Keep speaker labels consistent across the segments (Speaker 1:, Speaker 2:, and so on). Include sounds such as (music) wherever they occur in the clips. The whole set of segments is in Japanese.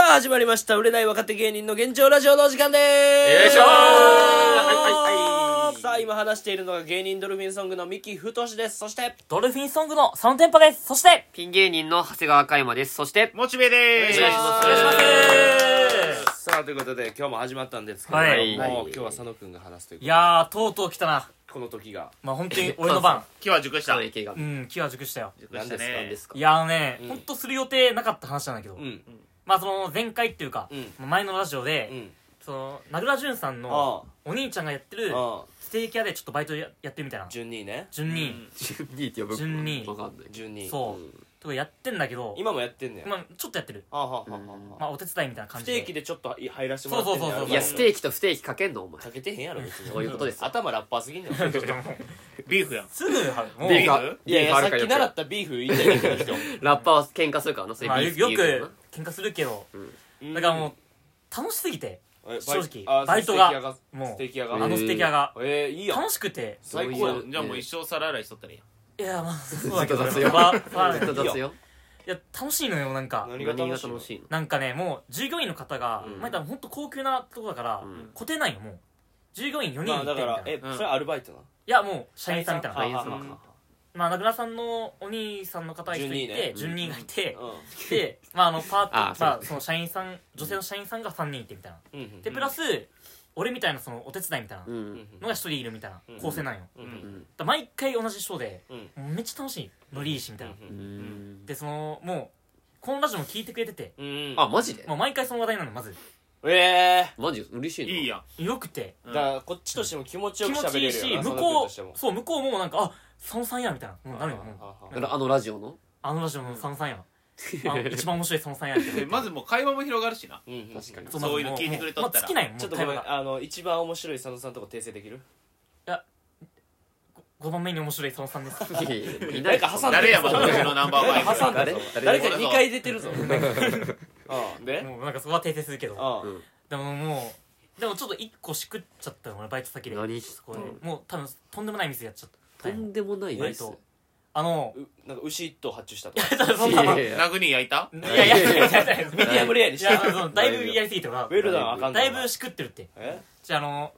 Speaker 1: あ始まりました売れない若手芸人の現状ラジオのお時間でーす
Speaker 2: よいしょー
Speaker 3: はいはいはい
Speaker 1: さあ今話しているのが芸人ドルフィンソングの三木太志ですそして
Speaker 3: ドルフィンソングのサムテンパです。そして、
Speaker 2: ピン芸人の長谷川嘉山です。そして、
Speaker 4: モチベでーす
Speaker 2: お願いしますお願いします
Speaker 1: さあということで今日も始まったんですけど、
Speaker 3: はい
Speaker 1: もう今日は佐野くんが話すという
Speaker 3: い
Speaker 1: こ
Speaker 3: やー、とうとう来たな。
Speaker 1: とこの時が
Speaker 3: まあ本当に俺の番。
Speaker 4: 今日は熟した
Speaker 2: の池が
Speaker 3: う。ん、気は熟したよ。
Speaker 4: 熟
Speaker 1: 何
Speaker 4: した
Speaker 1: ですか何
Speaker 4: ね
Speaker 2: ですか
Speaker 3: いやーね、
Speaker 1: ん
Speaker 3: ほんとする予定なかった話なんだけど、
Speaker 1: うん
Speaker 3: まあその前回っていうか、
Speaker 1: う
Speaker 3: 前のラジオで、
Speaker 1: うん
Speaker 3: その、名倉潤さん
Speaker 1: あ
Speaker 3: のお兄ちゃんがやってる
Speaker 1: ああ
Speaker 3: ステーキ屋でちょっとバイトややってるみたいな。
Speaker 1: 順にね
Speaker 3: 順に、
Speaker 2: 12って呼ぶ
Speaker 3: 12
Speaker 2: わかんない。
Speaker 1: 順に
Speaker 3: そう、とかやってんだけど、
Speaker 1: 今もやってんねや、
Speaker 3: まあちょっとやってる。
Speaker 1: ああはあはあはあ
Speaker 3: まあお手伝いみたいな感
Speaker 1: ス
Speaker 3: じで。
Speaker 1: テーキでちょっと入らせてもらってんね
Speaker 3: そうそうそうそう
Speaker 2: いや、ステーキとステーキかけんのお前。
Speaker 1: かけてへんやろ別に
Speaker 2: そういうことですよ
Speaker 1: 頭ラッパーすぎんねん
Speaker 4: ビーフやん
Speaker 3: すぐ、もう、
Speaker 2: ビー
Speaker 3: ま
Speaker 2: フ
Speaker 1: いやいやさっ
Speaker 2: ビーフあるかよ
Speaker 1: き習ったビーフ言いたいけど
Speaker 2: ラッパーは喧嘩するからな、そういう
Speaker 3: あ
Speaker 2: ビ
Speaker 3: よ
Speaker 2: ーフ
Speaker 3: く
Speaker 2: っていうのか
Speaker 3: 喧嘩するけど、
Speaker 1: うん
Speaker 3: だからもう、楽しすぎて、
Speaker 1: えバ
Speaker 3: 正
Speaker 1: イ
Speaker 3: 直
Speaker 1: あ
Speaker 3: バイト
Speaker 1: ステーキ屋
Speaker 3: が
Speaker 1: が
Speaker 3: も
Speaker 1: ステーキ屋
Speaker 3: う
Speaker 1: が
Speaker 3: あのステーキ屋が
Speaker 1: えー、いいやん
Speaker 3: 楽しくて
Speaker 1: 最
Speaker 2: そ
Speaker 1: 高
Speaker 2: う
Speaker 1: や
Speaker 2: いうん
Speaker 4: じゃあもう一生皿洗いしとったらいいやん
Speaker 3: いやまあそう
Speaker 2: な。
Speaker 3: だ
Speaker 2: ず
Speaker 3: け
Speaker 2: っと
Speaker 3: ど
Speaker 2: 雑
Speaker 3: ね
Speaker 2: よ。
Speaker 3: まあまあ
Speaker 2: ずっと雑よ。
Speaker 3: いや楽しいのよなんか
Speaker 1: 何
Speaker 2: 何
Speaker 1: が
Speaker 2: が
Speaker 1: 楽しい
Speaker 2: 楽しいの
Speaker 3: なんかねもう従業員の方が
Speaker 2: うん
Speaker 3: まあほんと高級なとこだから
Speaker 2: うん
Speaker 3: 固定ないよもう従業員4人
Speaker 1: まあ
Speaker 3: いて
Speaker 1: だ
Speaker 3: みた
Speaker 1: か
Speaker 3: い
Speaker 1: ら
Speaker 3: な
Speaker 1: え
Speaker 3: い
Speaker 1: それはアルバイトな
Speaker 3: やもう社員さんみたい
Speaker 2: 社
Speaker 3: な
Speaker 2: 員さん
Speaker 1: あ
Speaker 3: まあ名倉さんのお兄さんの方が一人いて
Speaker 2: 順
Speaker 3: 順
Speaker 2: に
Speaker 3: 人がいて
Speaker 1: ああ
Speaker 3: でまああのパーティ
Speaker 2: あ
Speaker 3: ー
Speaker 2: そう
Speaker 3: まあその社員さん女性の社員さんが3人いてみたいな
Speaker 1: うんうん
Speaker 3: でプラス俺みたいなそのお手伝いみたいな
Speaker 2: う。
Speaker 1: うんん
Speaker 3: のが1人いるみたいな
Speaker 1: うん
Speaker 3: 構成なんよ
Speaker 1: うんう
Speaker 2: うんん。
Speaker 3: だから毎回同じ人で
Speaker 1: うん
Speaker 3: もうめっちゃ楽しいノリいいしみたいな
Speaker 2: う。
Speaker 1: うん
Speaker 3: でそのもうこのラジオも聞いてくれてて
Speaker 1: うん
Speaker 2: あ、マジで
Speaker 3: もう毎回その話題なのまず
Speaker 1: ええ
Speaker 2: マジ嬉しいな。
Speaker 4: いいやん
Speaker 3: よくて
Speaker 1: だからこっちとしても気持ちよ
Speaker 3: 気
Speaker 1: く
Speaker 3: 持
Speaker 1: 喋
Speaker 3: ちい
Speaker 1: れる
Speaker 3: いし
Speaker 1: よな
Speaker 3: 向
Speaker 1: その人
Speaker 3: こ
Speaker 1: としても
Speaker 3: うそう向こうもなんかあ佐野さんやみたいなもうなるよもう
Speaker 1: ああ
Speaker 2: だからあのラジオの
Speaker 3: あのラジオの佐野さんやあの一番面白い佐野さんやみたいな
Speaker 4: でまずもう会話も広がるしな
Speaker 1: うんうん
Speaker 2: 確かに
Speaker 3: まず
Speaker 4: そういうの聞いてくれとったら
Speaker 3: もうまあ尽きないもん
Speaker 1: ちょっと
Speaker 3: 会
Speaker 1: ご
Speaker 3: 話
Speaker 1: め
Speaker 3: が
Speaker 1: んあの一番面白い佐野さんとこ訂正できる
Speaker 3: 5番目に面白い佐野さんです
Speaker 2: いやいやいやいな
Speaker 1: 誰
Speaker 2: い
Speaker 1: か挟んで
Speaker 4: 誰
Speaker 1: る
Speaker 4: やもん私の
Speaker 1: 誰
Speaker 4: ナンバーワ
Speaker 1: か
Speaker 4: ン
Speaker 1: 挟んだぞ誰
Speaker 2: 誰
Speaker 1: か2回出てるぞ (laughs) ああで
Speaker 3: もうなんかそこは訂正するけど
Speaker 1: ああ
Speaker 2: うん
Speaker 3: でももうでもちょっと1個しくっちゃったの俺バイト先で
Speaker 2: 何
Speaker 3: そこでもう多分とんでもない店やっちゃった
Speaker 2: とんでもない
Speaker 3: バ
Speaker 2: で
Speaker 3: イ
Speaker 2: す。
Speaker 3: トあの
Speaker 1: うなんか牛一頭発注したとか
Speaker 3: (laughs) そん
Speaker 2: い
Speaker 3: な
Speaker 2: や
Speaker 3: の
Speaker 2: い
Speaker 3: い
Speaker 2: やいや
Speaker 4: ナグニ焼いた
Speaker 3: やいやいやいやいやいや
Speaker 1: ミディアムレアに
Speaker 3: い
Speaker 1: して
Speaker 3: やあのだいぶやりすぎてるな
Speaker 1: ウェルダンあかんの
Speaker 3: だいぶしくってるって
Speaker 1: え
Speaker 3: じゃああの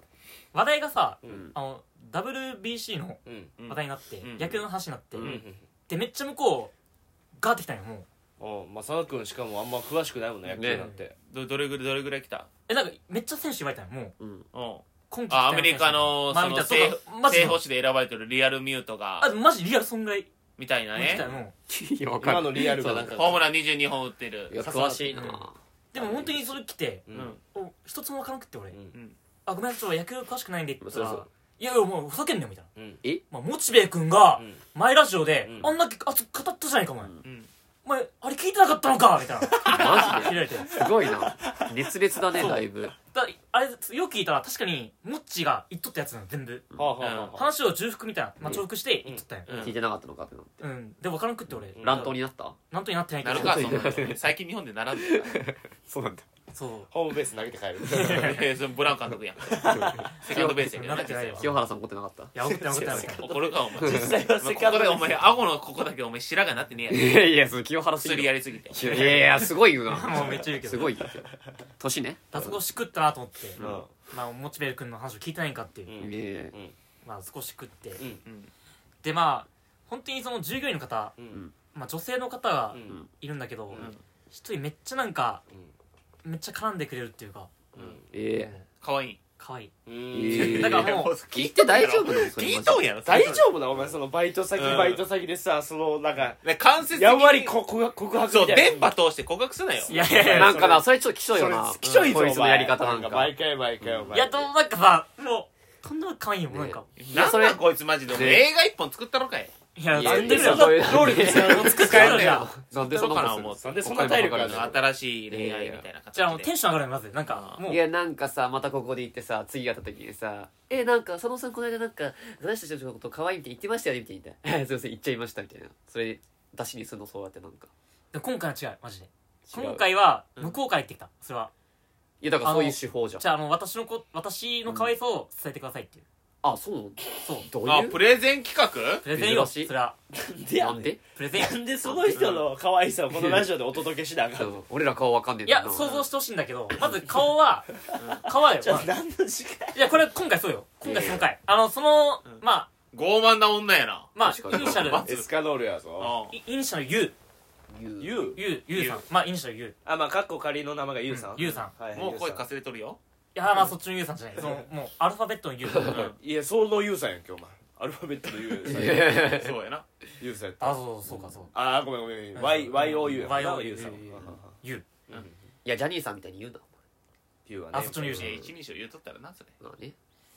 Speaker 3: 話題がさ
Speaker 1: うん
Speaker 3: あの WBC の
Speaker 1: うん
Speaker 3: 話題になって、
Speaker 4: うん
Speaker 3: 野球の話になって、
Speaker 2: う
Speaker 1: うんん
Speaker 3: でめっちゃ向こうガーってきたんよもう
Speaker 1: おまあ佐野君しかもあんま詳しくないもんね野球なんて
Speaker 4: どどれぐらいどれぐらい来た
Speaker 3: えなんかめっちゃ選手言われたんよもう
Speaker 2: うん。
Speaker 4: うん
Speaker 3: 今季
Speaker 4: あアメリカの
Speaker 3: まあ
Speaker 4: そ
Speaker 3: み
Speaker 4: の
Speaker 3: たいな
Speaker 4: 正
Speaker 3: そうマジ
Speaker 4: 正
Speaker 3: で
Speaker 4: 捕手で選ばれてるリアルミュート
Speaker 3: あ
Speaker 4: が
Speaker 3: マジリアルそんぐらい
Speaker 4: みたいな
Speaker 3: 来
Speaker 4: ね
Speaker 3: たよもう
Speaker 2: いや、わか
Speaker 1: 今
Speaker 2: る。
Speaker 1: のリアルがなんか
Speaker 4: ホームラン22本打って
Speaker 2: い
Speaker 4: る
Speaker 2: や、詳しいな。
Speaker 3: でも本当にそれ来て
Speaker 1: う
Speaker 4: うんん
Speaker 3: お一つも分からなくて俺、
Speaker 1: うん
Speaker 3: あごめんなさい野球詳しくないんでって言ったら
Speaker 2: そうそう
Speaker 3: いやいやもうふざけんなよみたいな、
Speaker 1: うん
Speaker 2: え
Speaker 3: まあ、モチベ君が
Speaker 1: うん
Speaker 3: 前ラジオで、
Speaker 1: うん
Speaker 3: あんな熱く語ったじゃないかお前、
Speaker 4: うん
Speaker 3: お前あれ聞いてなかったのかみたいな
Speaker 2: マジ
Speaker 3: 切
Speaker 2: で
Speaker 3: られて
Speaker 2: すごいな。熱烈だね、だいぶ。
Speaker 3: だあれよく聞いたら確かにモッチーが言っとったやつなの全部
Speaker 1: はあはあはあ
Speaker 3: 話を重複みたいな、まあ、重複して言っとったんや
Speaker 4: うん
Speaker 2: 聞いてなかったのかってな。
Speaker 3: うん、でも分からんくって俺、
Speaker 1: うん
Speaker 2: 乱闘になった
Speaker 3: なんとになってないけ
Speaker 4: な
Speaker 3: ど
Speaker 4: るかそんなの最近日本で並んでるか
Speaker 2: そうなんだ。
Speaker 3: そ
Speaker 1: ホームベース投げて帰る
Speaker 4: らえそのブラウン監督やんセカンドベースやけど
Speaker 3: なってないわ
Speaker 2: 清原さん怒ってなかった
Speaker 3: ういや送ってな送ってな送ってな
Speaker 4: 怒るかお前
Speaker 1: 実際は
Speaker 4: まあ
Speaker 1: セ
Speaker 4: こ
Speaker 1: カン
Speaker 4: こ
Speaker 1: ドベ
Speaker 4: で
Speaker 1: ース
Speaker 4: お前顎のここだけお前白髪なってねえやん
Speaker 2: いやいや、その清原すぎ
Speaker 4: 薬
Speaker 2: る
Speaker 4: やりすぎて
Speaker 2: いやいやいや、すごいよ (laughs)
Speaker 3: もう
Speaker 2: な。
Speaker 3: めっちゃ言うけど
Speaker 2: すごいよ。年ね。
Speaker 3: あそこしくったなと思って、
Speaker 1: うん
Speaker 3: まあ、モチベル君の話を聞いてないんかってい
Speaker 1: う
Speaker 3: う、
Speaker 2: い
Speaker 1: ん
Speaker 2: やいや
Speaker 1: う
Speaker 2: いや
Speaker 1: ん
Speaker 3: まあ少し食って、
Speaker 1: ん
Speaker 4: うん
Speaker 3: でまあ本当にその従業員の方、
Speaker 1: うん
Speaker 3: まあ、女性の方が
Speaker 1: うん
Speaker 3: いるんだけど
Speaker 4: ん
Speaker 3: 一、人めっちゃなんか
Speaker 1: うん
Speaker 3: めっちゃ絡んでくれるっていうか
Speaker 1: うん
Speaker 2: え
Speaker 4: かわいい
Speaker 3: 可愛い
Speaker 1: うん
Speaker 2: え
Speaker 3: だからもう
Speaker 2: 聞いて大丈夫なのそれ
Speaker 4: 聞いとんやろ
Speaker 1: 大丈夫なお前そのバイト先
Speaker 4: うん
Speaker 1: バイト先でさそのなんか
Speaker 4: 夫間接的に
Speaker 1: やんわりここ告白
Speaker 4: そう
Speaker 1: みたい
Speaker 4: 電波通して告白すなよ
Speaker 3: いやいやいや
Speaker 2: なんかな、それちょっときしょいよ
Speaker 1: な
Speaker 2: な
Speaker 1: そ。れきしょいぞ
Speaker 2: こい
Speaker 1: お
Speaker 2: つの
Speaker 1: 前
Speaker 2: やり方なんか。
Speaker 1: 毎回毎回お前
Speaker 3: いやでもなんかさもうとんでも可愛いよ、もうなんか
Speaker 2: いや
Speaker 4: なん
Speaker 2: それ
Speaker 4: なんこいつマジでお前
Speaker 2: ね
Speaker 4: 映画一本作ったろかい
Speaker 3: いや
Speaker 2: いや
Speaker 3: やってみ
Speaker 2: い
Speaker 3: る
Speaker 2: や
Speaker 3: よ
Speaker 2: それ
Speaker 1: 労力使う
Speaker 3: 使えるじゃん
Speaker 2: なんでそんなことする
Speaker 1: な
Speaker 2: の
Speaker 1: んでそんな体力あ
Speaker 2: や
Speaker 1: る
Speaker 2: い
Speaker 1: の
Speaker 2: や
Speaker 4: 新しい恋愛みたいな形
Speaker 3: じ
Speaker 4: で
Speaker 3: ゃあもうテンション上がるよまずなんかもう
Speaker 2: いやなんかさまたここで行ってさ次会った時にさ「えなんか佐野さんこの間なんか私たちのこと可愛いって言ってましたよね」みたいな (laughs) 言って「すいません言っちゃいました」みたいなそれ出しにするのそうやってなんか
Speaker 3: で今回は違うマジで
Speaker 2: 違う
Speaker 3: 今回は向こうから言ってきたそれはい
Speaker 2: やだからそういう手法じゃん
Speaker 3: じゃああの私のこ私の可愛さを伝えてくださいっていう
Speaker 2: あそうなの
Speaker 3: そう
Speaker 2: どう
Speaker 4: あ
Speaker 2: い
Speaker 4: プ
Speaker 2: う
Speaker 4: レゼン企画
Speaker 3: プレゼンよ
Speaker 2: 珍しい
Speaker 3: それは
Speaker 5: で
Speaker 2: な
Speaker 5: や
Speaker 2: ん
Speaker 5: ねん
Speaker 2: で
Speaker 3: プレゼン
Speaker 5: なんでその人の可愛さをこのラジオでお届けしなあか
Speaker 2: そ
Speaker 5: んの
Speaker 2: う俺ら顔わかんねえ
Speaker 3: い
Speaker 2: んだ
Speaker 3: や
Speaker 2: な
Speaker 3: 想像してほしいんだけどまず顔は顔はよ
Speaker 5: じゃ
Speaker 3: ま
Speaker 5: あ
Speaker 3: あ
Speaker 5: 何の時間
Speaker 3: いやこれ今回そうよ今回3回あのその
Speaker 4: ん
Speaker 3: まあ
Speaker 4: 傲慢な女やな
Speaker 3: まあ
Speaker 2: 確か
Speaker 3: イ
Speaker 2: に
Speaker 3: ニシャル
Speaker 4: う
Speaker 1: エスカロールや
Speaker 4: う
Speaker 1: ぞ
Speaker 4: ん
Speaker 3: イイニシャル U
Speaker 2: 言
Speaker 5: YOU
Speaker 2: う
Speaker 3: U U さんまあイニシャル U い
Speaker 5: あまあかっこ仮の名前が YOU さん
Speaker 3: うん YOU さ
Speaker 5: んはいはい
Speaker 4: もう声
Speaker 5: YOU さ
Speaker 4: かすれとるよ
Speaker 3: やまあそっちの U さんじゃないそのもうアルファベットの U
Speaker 4: うん
Speaker 1: いやそのユウさんやんけお前アルファベットのユウさんや
Speaker 4: そうやな
Speaker 1: ユウさんやった
Speaker 3: あそうそうかそう
Speaker 1: ああごめんごめん Y- YOU やな
Speaker 3: YOU
Speaker 1: ユウさん
Speaker 3: U
Speaker 2: いやジャニーさんみたいに言うな
Speaker 1: ユウはね
Speaker 3: あそっちの U
Speaker 4: い
Speaker 3: さん
Speaker 4: や
Speaker 3: い
Speaker 4: 一人称言うとったらなそれ
Speaker 2: まあね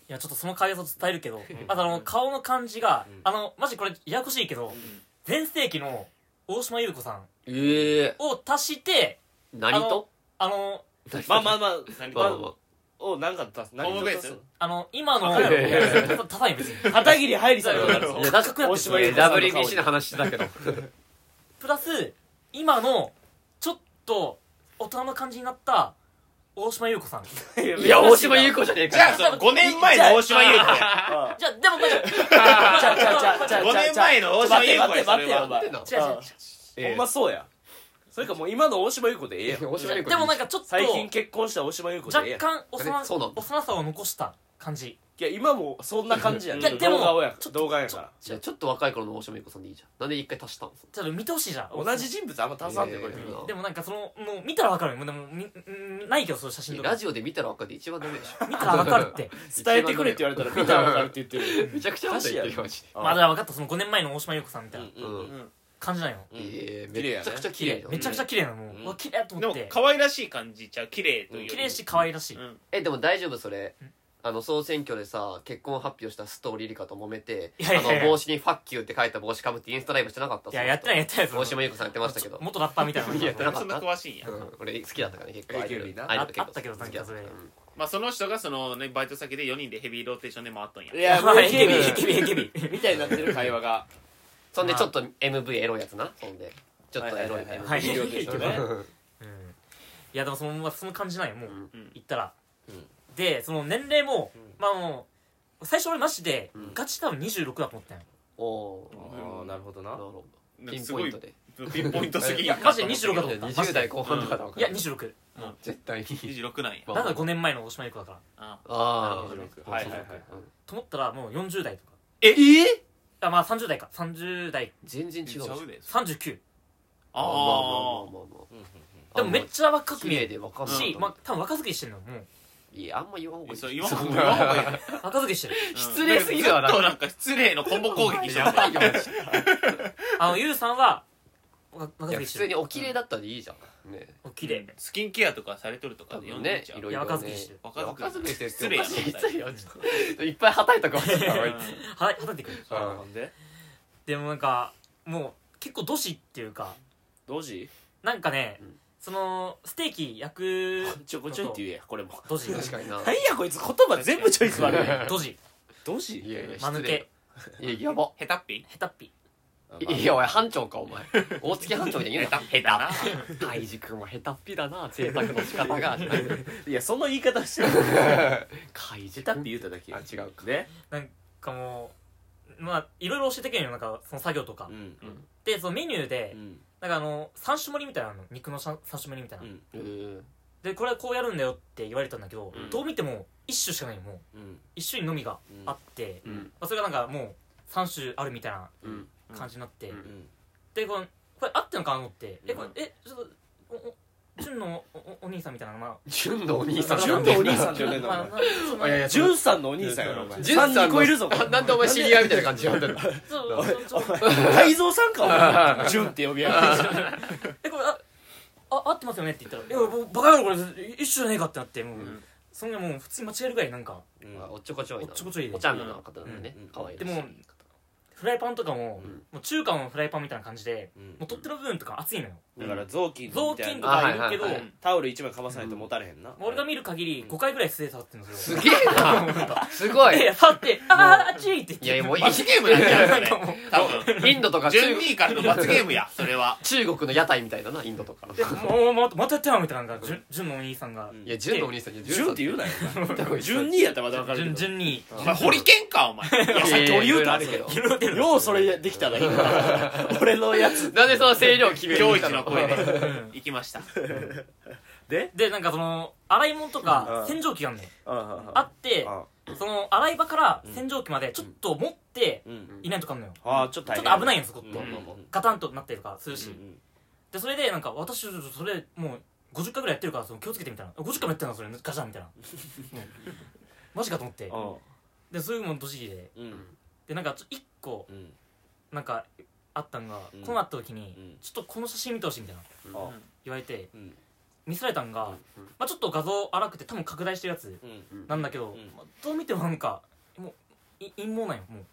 Speaker 3: やちょっとその会話を伝えるけどまずあの顔の感じがあのマジこれややこしいけど全盛期の大島優子さん
Speaker 2: ええ
Speaker 3: を足して
Speaker 2: 何と
Speaker 3: あの
Speaker 5: まあまあまあ
Speaker 2: (laughs)
Speaker 4: 何
Speaker 2: まあまあ
Speaker 4: か
Speaker 2: ま
Speaker 5: おなんか出す何
Speaker 4: ホームベース
Speaker 5: 出す
Speaker 3: あの今の
Speaker 2: いやいやい
Speaker 3: 高い別に
Speaker 5: 片桐入りさんが出す
Speaker 2: あいやだって
Speaker 5: 大島優子さんの顔に
Speaker 2: WBC の話だけど
Speaker 3: プラス今のちょっと大人の感じになった大島優子さんじ
Speaker 2: いや大島優子じゃねえか
Speaker 4: じゃあ
Speaker 2: よ
Speaker 4: その5年前の大島優子や
Speaker 5: あ
Speaker 3: ゃあでもま
Speaker 5: あちゃうちゃうちゃうちゃう
Speaker 4: 5年前の大島優子
Speaker 5: 待
Speaker 4: や
Speaker 5: て
Speaker 4: そ
Speaker 5: 待て待
Speaker 4: れ
Speaker 5: てよ
Speaker 4: は
Speaker 5: お前
Speaker 3: 違う違う違
Speaker 5: うん
Speaker 3: う
Speaker 5: ほんまそうやそれかもう今の大島優子でええやん
Speaker 2: 大島優子
Speaker 3: でもなんかちょっと
Speaker 5: 最近結婚した大島優子でええ
Speaker 3: 若
Speaker 5: やん
Speaker 3: 干
Speaker 2: あれそうなの
Speaker 3: 幼幼さを残した感じ
Speaker 5: いや今もそんな感じやん
Speaker 3: いやでも
Speaker 5: 動画をや
Speaker 3: ちょっと
Speaker 5: 動画やから
Speaker 2: じゃあちょっと若い頃の大島優子さんでいいじゃんなんで一回足したんす
Speaker 3: ちょっと見てほしいじゃん
Speaker 5: 同じ人物あんま足さんでこれ
Speaker 2: ええ
Speaker 3: でもなんかそのもう見たらわかるよでもみんないけどそういう写真とか
Speaker 2: ラジオで見たら分かるで一番ダメでしょ
Speaker 3: 見たらわかるって
Speaker 5: 伝えてくれって言われたら見たら分かるって言ってる
Speaker 2: めちゃくちゃあんた言ってるよマジで
Speaker 3: まあだから分かったその5年前の大島優子さんみたいな
Speaker 5: うんうん
Speaker 3: 感じなんよ
Speaker 5: うん
Speaker 2: ええ
Speaker 1: 綺麗や
Speaker 2: め
Speaker 1: ね
Speaker 2: ちゃくちゃ綺麗よ
Speaker 3: めちゃくちゃ綺麗なのもう
Speaker 5: うん
Speaker 3: うわ綺麗やと
Speaker 4: で
Speaker 3: 思っ
Speaker 4: も
Speaker 3: て
Speaker 4: 可愛らしい感じちゃう綺麗というより
Speaker 3: 綺麗し可愛らしい
Speaker 4: うん
Speaker 2: えでも大丈夫それあの総選挙でさ結婚発表した須藤リリカと揉めて
Speaker 3: いやいやいや
Speaker 2: あの帽子に「ファッキュー」って書いた帽子かぶってインスタライブしてなかった
Speaker 3: いややってないやってないその
Speaker 2: 大島優子さんやってましたけど
Speaker 3: ちょ元ラッパーみたいなの
Speaker 2: (laughs) いやなか
Speaker 4: そんな詳しいんや
Speaker 2: うん俺好きだったからね結構アイドル
Speaker 1: AKB な
Speaker 2: アイドル結構
Speaker 3: ああったけどなんかそれ
Speaker 2: 好きだっ
Speaker 4: まあその人がそのねバイト先で4人でヘビーローテーションで回っとんや
Speaker 5: い
Speaker 3: や
Speaker 5: やも
Speaker 3: ば
Speaker 5: う
Speaker 3: い AKB AKB AKB
Speaker 5: ケビ (laughs) みたいになってる会話が
Speaker 2: たそんでちょっと MV エロいやつなそんでちょっとエロい
Speaker 5: はいはい
Speaker 2: MV
Speaker 5: はいいでしょうね
Speaker 3: うんいやでもそのまあその感じなんよもう、
Speaker 2: うん
Speaker 4: うん
Speaker 3: 言ったら、
Speaker 5: うん
Speaker 3: でその年齢も、
Speaker 5: ん
Speaker 3: まあもう最初俺マジで、
Speaker 2: うん
Speaker 3: ガチ多分26だと思ったんよ
Speaker 2: お (laughs) おー
Speaker 5: ああなるほど
Speaker 2: な
Speaker 5: な
Speaker 2: るほど
Speaker 4: なん
Speaker 2: ピ
Speaker 4: か
Speaker 2: ン
Speaker 4: す
Speaker 2: ポ
Speaker 4: ご
Speaker 2: イン
Speaker 4: い
Speaker 2: トで
Speaker 4: ピンポイントすぎんやん
Speaker 3: いやマジで26だと思ったマジ
Speaker 2: 20
Speaker 3: で
Speaker 2: 代後半とかだから
Speaker 3: いや26
Speaker 2: 絶対に
Speaker 4: 26なんや
Speaker 2: まあ
Speaker 3: なんだ5年前の大島優子だから
Speaker 4: ああ
Speaker 2: あ
Speaker 4: なる
Speaker 5: ほどはいはいはい
Speaker 2: あ
Speaker 3: と思ったらもう40代とか
Speaker 4: ええ
Speaker 3: あまあ30代か30代
Speaker 2: 全然違う
Speaker 4: ち
Speaker 2: でし
Speaker 4: ゃ
Speaker 2: ょ
Speaker 4: うで
Speaker 3: 39
Speaker 2: あー
Speaker 4: あ
Speaker 2: まあまあまあま
Speaker 5: うんうんうん
Speaker 2: あ
Speaker 3: でもめっちゃ若く
Speaker 2: 綺
Speaker 3: 見え
Speaker 2: 麗
Speaker 3: る
Speaker 2: でわかんない
Speaker 3: し、まあ、多分若すぎしてんのもう
Speaker 2: いやあんま言わんほうがい
Speaker 4: あ
Speaker 2: い
Speaker 4: それ言わんほう
Speaker 2: そんな
Speaker 4: がいいよ
Speaker 3: 若すぎしてる
Speaker 2: 失礼すぎるわ
Speaker 4: な
Speaker 2: な
Speaker 4: ずっとなんか失礼のコンボ攻撃じゃん (laughs)
Speaker 2: やばいよマジで
Speaker 3: あ
Speaker 2: (laughs)
Speaker 3: のゆうさんはわ
Speaker 2: いや
Speaker 3: 若す
Speaker 2: 普
Speaker 3: ぎし
Speaker 2: 通
Speaker 3: て
Speaker 2: に
Speaker 3: る
Speaker 2: お綺麗だったらいいじゃんね
Speaker 3: お綺麗
Speaker 4: スキンケアとかされとるとか
Speaker 2: 多
Speaker 4: で
Speaker 2: 分
Speaker 4: 読ん
Speaker 2: ね
Speaker 4: で
Speaker 2: い
Speaker 4: ちゃ
Speaker 2: ろ
Speaker 4: う
Speaker 2: いろね
Speaker 3: 若作りしてる
Speaker 2: いや若作りしてる
Speaker 4: 失礼やな
Speaker 2: 失礼よちょっ (laughs) といっぱいはたいたかもしれない
Speaker 3: はたいてくる
Speaker 2: うん
Speaker 5: なんで
Speaker 3: でもなんかもう結構ドシっていうか
Speaker 5: 同時
Speaker 3: なんかね、
Speaker 2: うん
Speaker 3: そのステーキ焼く
Speaker 5: ちょこちょいって言えやこれも
Speaker 3: ドジ
Speaker 2: 確かにな
Speaker 5: なんやこいつ言葉全部ちょいつ悪い (laughs)
Speaker 3: ドジ
Speaker 5: 同時
Speaker 2: いやいや
Speaker 3: 間
Speaker 2: 失
Speaker 3: 抜
Speaker 2: 礼
Speaker 3: け
Speaker 2: いややば
Speaker 4: ヘタッピ
Speaker 3: ヘタッピ
Speaker 5: まあ
Speaker 2: いやおい班長かお前大月班長みたいに言う
Speaker 4: ヘ
Speaker 2: な
Speaker 4: タヘタな
Speaker 2: 大地君も下手っぴだな贅沢の仕方が
Speaker 5: いやその言い方してる
Speaker 2: 海地
Speaker 5: 出たって言うただけ
Speaker 2: あ
Speaker 5: や
Speaker 2: 違うか
Speaker 5: ね
Speaker 3: なんかもうまあいろいろ教えてくれるよなんかその作業とか、
Speaker 5: うんうん
Speaker 3: でそのメニューで、
Speaker 5: うん
Speaker 3: なんかあの三種盛りみたいなの肉の三三種盛りみたいな、
Speaker 5: うん
Speaker 2: うん
Speaker 3: でこれはこうやるんだよって言われたんだけど、
Speaker 5: うん
Speaker 3: どう見ても一種しかないよもう
Speaker 5: うん
Speaker 3: 一種にのみがあって、ま
Speaker 2: うん
Speaker 3: あ、それがなんかもう三種あるみたいな
Speaker 2: うん
Speaker 3: 感じになって、
Speaker 2: うん
Speaker 5: うん
Speaker 3: でこのこれ合ってんのかなと思って、えこ
Speaker 5: うん
Speaker 3: れえちょっとおお純のおおお兄さんみたいなまあ
Speaker 2: 純のお兄さん
Speaker 5: 純のお兄さんじゃねえのお前
Speaker 2: いやいや
Speaker 5: ジュンさんのお兄さんやろお前
Speaker 2: 純さんの
Speaker 5: 3人超えるぞこれ
Speaker 2: なんでお前知り合いみたいな感じなんだ (laughs) ろ
Speaker 3: そうそうそうそう
Speaker 5: (laughs) 泰造さんかお前ジュンって呼び合う
Speaker 3: えこれああ合ってますよねって言ったら「いやもうバカ野郎これ一緒じゃねえか」ってなってもう、
Speaker 4: ん
Speaker 3: そんなもう普通に間違えるぐらいなんか
Speaker 5: うん
Speaker 2: おっちょこちょいな
Speaker 3: おっちょこちょいで
Speaker 2: おちゃんの方なんでね
Speaker 5: うん
Speaker 2: 可愛い
Speaker 3: でもフライパンとかも,、
Speaker 2: うん
Speaker 3: もう中華のフライパンみたいな感じで
Speaker 5: うん
Speaker 3: もう取っ手の部分とか熱いのよ
Speaker 5: だから雑巾
Speaker 3: 雑
Speaker 5: みたい
Speaker 3: 巾と
Speaker 5: な
Speaker 2: あ
Speaker 3: かいるけど、
Speaker 2: はいはいはい
Speaker 3: うん
Speaker 5: タオル一枚かまさないと持たれへんな
Speaker 3: 俺が見る限り5回ぐらい素手で触ってるんです
Speaker 2: す
Speaker 3: よ
Speaker 2: げえな (laughs) すごい
Speaker 3: で触って「あーあっち!」って言って
Speaker 2: いやいやもういい
Speaker 4: 罰ゲームなんじゃないそれ多分
Speaker 2: インドとか中
Speaker 4: 準備からの罰ゲームやそれは
Speaker 2: 中国の屋台みたいだなインドとかの
Speaker 3: でもうまたまたやってよみたいな感じで純のお兄さんが
Speaker 5: うん
Speaker 2: いや純のお兄さんじゃ
Speaker 5: 順って言うなよお前順
Speaker 2: に
Speaker 5: にやったらまだ分かるけ
Speaker 3: 純
Speaker 5: ど
Speaker 3: 純に
Speaker 4: お前堀健かお前いやさっ
Speaker 2: 俺
Speaker 4: き俺言
Speaker 2: 言
Speaker 4: う
Speaker 2: う
Speaker 4: た
Speaker 2: あ
Speaker 4: ん
Speaker 2: る
Speaker 4: です
Speaker 2: け
Speaker 4: よ
Speaker 2: ど
Speaker 5: ようそれできたな
Speaker 3: (laughs)
Speaker 5: 今俺のやつ
Speaker 2: なんでその声量決める
Speaker 4: 今日一の声で
Speaker 3: うん
Speaker 4: 行きました
Speaker 3: でなんかその洗い物とか
Speaker 1: うん
Speaker 3: 洗浄機があんねんあ
Speaker 1: あ
Speaker 3: って
Speaker 1: あ
Speaker 3: その洗い場から洗浄機までちょっと持っていないとかんのよ
Speaker 1: あちょっと
Speaker 3: ちょっと危ないんですこっ
Speaker 5: うん
Speaker 3: てガタンとなったりとかするしでそれでなんか私ちょっとそれもう50回ぐらいやってるからその気をつけてみたいな50回もやってんのそれガシャンみたいなうんマジかと思ってでそういうもんどしりで
Speaker 5: うん
Speaker 3: でなんかちょ一個
Speaker 5: うん
Speaker 3: なんかあったんが
Speaker 5: うん
Speaker 3: こうなった時
Speaker 5: う
Speaker 3: に
Speaker 5: ん
Speaker 3: ちょっとこの写真見てほしいみたいな言われて
Speaker 5: うん
Speaker 3: 見せられたんが
Speaker 2: うん
Speaker 3: まあちょっと画像荒くて多分拡大してるやつ
Speaker 5: うん
Speaker 3: なんだけど
Speaker 5: うん
Speaker 3: まあどう見てもなんかもうい陰謀なんよもう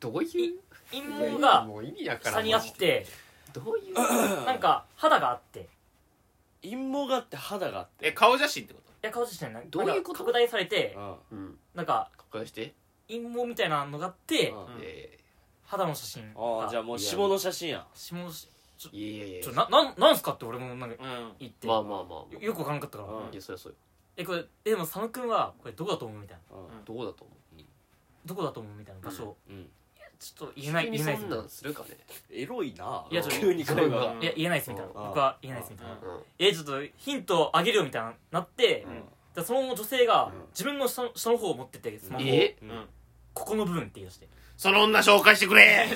Speaker 2: どういう
Speaker 3: 陰謀が
Speaker 2: もう意味やから
Speaker 3: 下にあって
Speaker 2: どういう
Speaker 3: なんか肌があってい
Speaker 5: 陰謀があって肌があって
Speaker 4: え顔写真ってこと
Speaker 3: や顔じゃない
Speaker 2: どういうこと
Speaker 3: なんか拡大されて
Speaker 5: うん
Speaker 2: うん
Speaker 3: なんか
Speaker 2: こうして
Speaker 3: 陰謀みたいなのがあって
Speaker 5: うん
Speaker 2: え
Speaker 3: 肌の写真
Speaker 5: ああじゃあ
Speaker 3: が
Speaker 5: もう下の写真や
Speaker 3: 指紋し
Speaker 2: ーいやいやい
Speaker 3: ちょ
Speaker 2: や
Speaker 3: ななんなんすかって俺もなんか
Speaker 4: うん
Speaker 3: 言って
Speaker 2: まあ
Speaker 3: よ
Speaker 2: まあまあ
Speaker 3: よくわからなかったから
Speaker 5: うん
Speaker 2: いやそりゃそうよ
Speaker 3: えこれえでも佐野君はこれどこだと思うみたいな
Speaker 5: う
Speaker 2: どうだと思
Speaker 3: どこだと思うみたいな場所
Speaker 5: ん
Speaker 3: ちょっと
Speaker 2: う
Speaker 3: 言えない
Speaker 2: 急に
Speaker 3: 言えないです
Speaker 2: そん
Speaker 3: みたい
Speaker 2: なんするかね
Speaker 5: エロいない
Speaker 3: やちょっと
Speaker 5: 急に声が
Speaker 4: ん
Speaker 3: ないや言えないですみたいな
Speaker 5: うん
Speaker 3: 僕は言えないですみたいな
Speaker 4: う
Speaker 2: う
Speaker 3: えちょっとヒントあげるよみたいななって
Speaker 2: ん
Speaker 3: でその女性が
Speaker 5: うん
Speaker 3: 自分の下の下の方を持ってってスマホを
Speaker 2: え
Speaker 5: う
Speaker 4: うんん
Speaker 3: ここの部分って言い出して
Speaker 4: その女紹介してくれ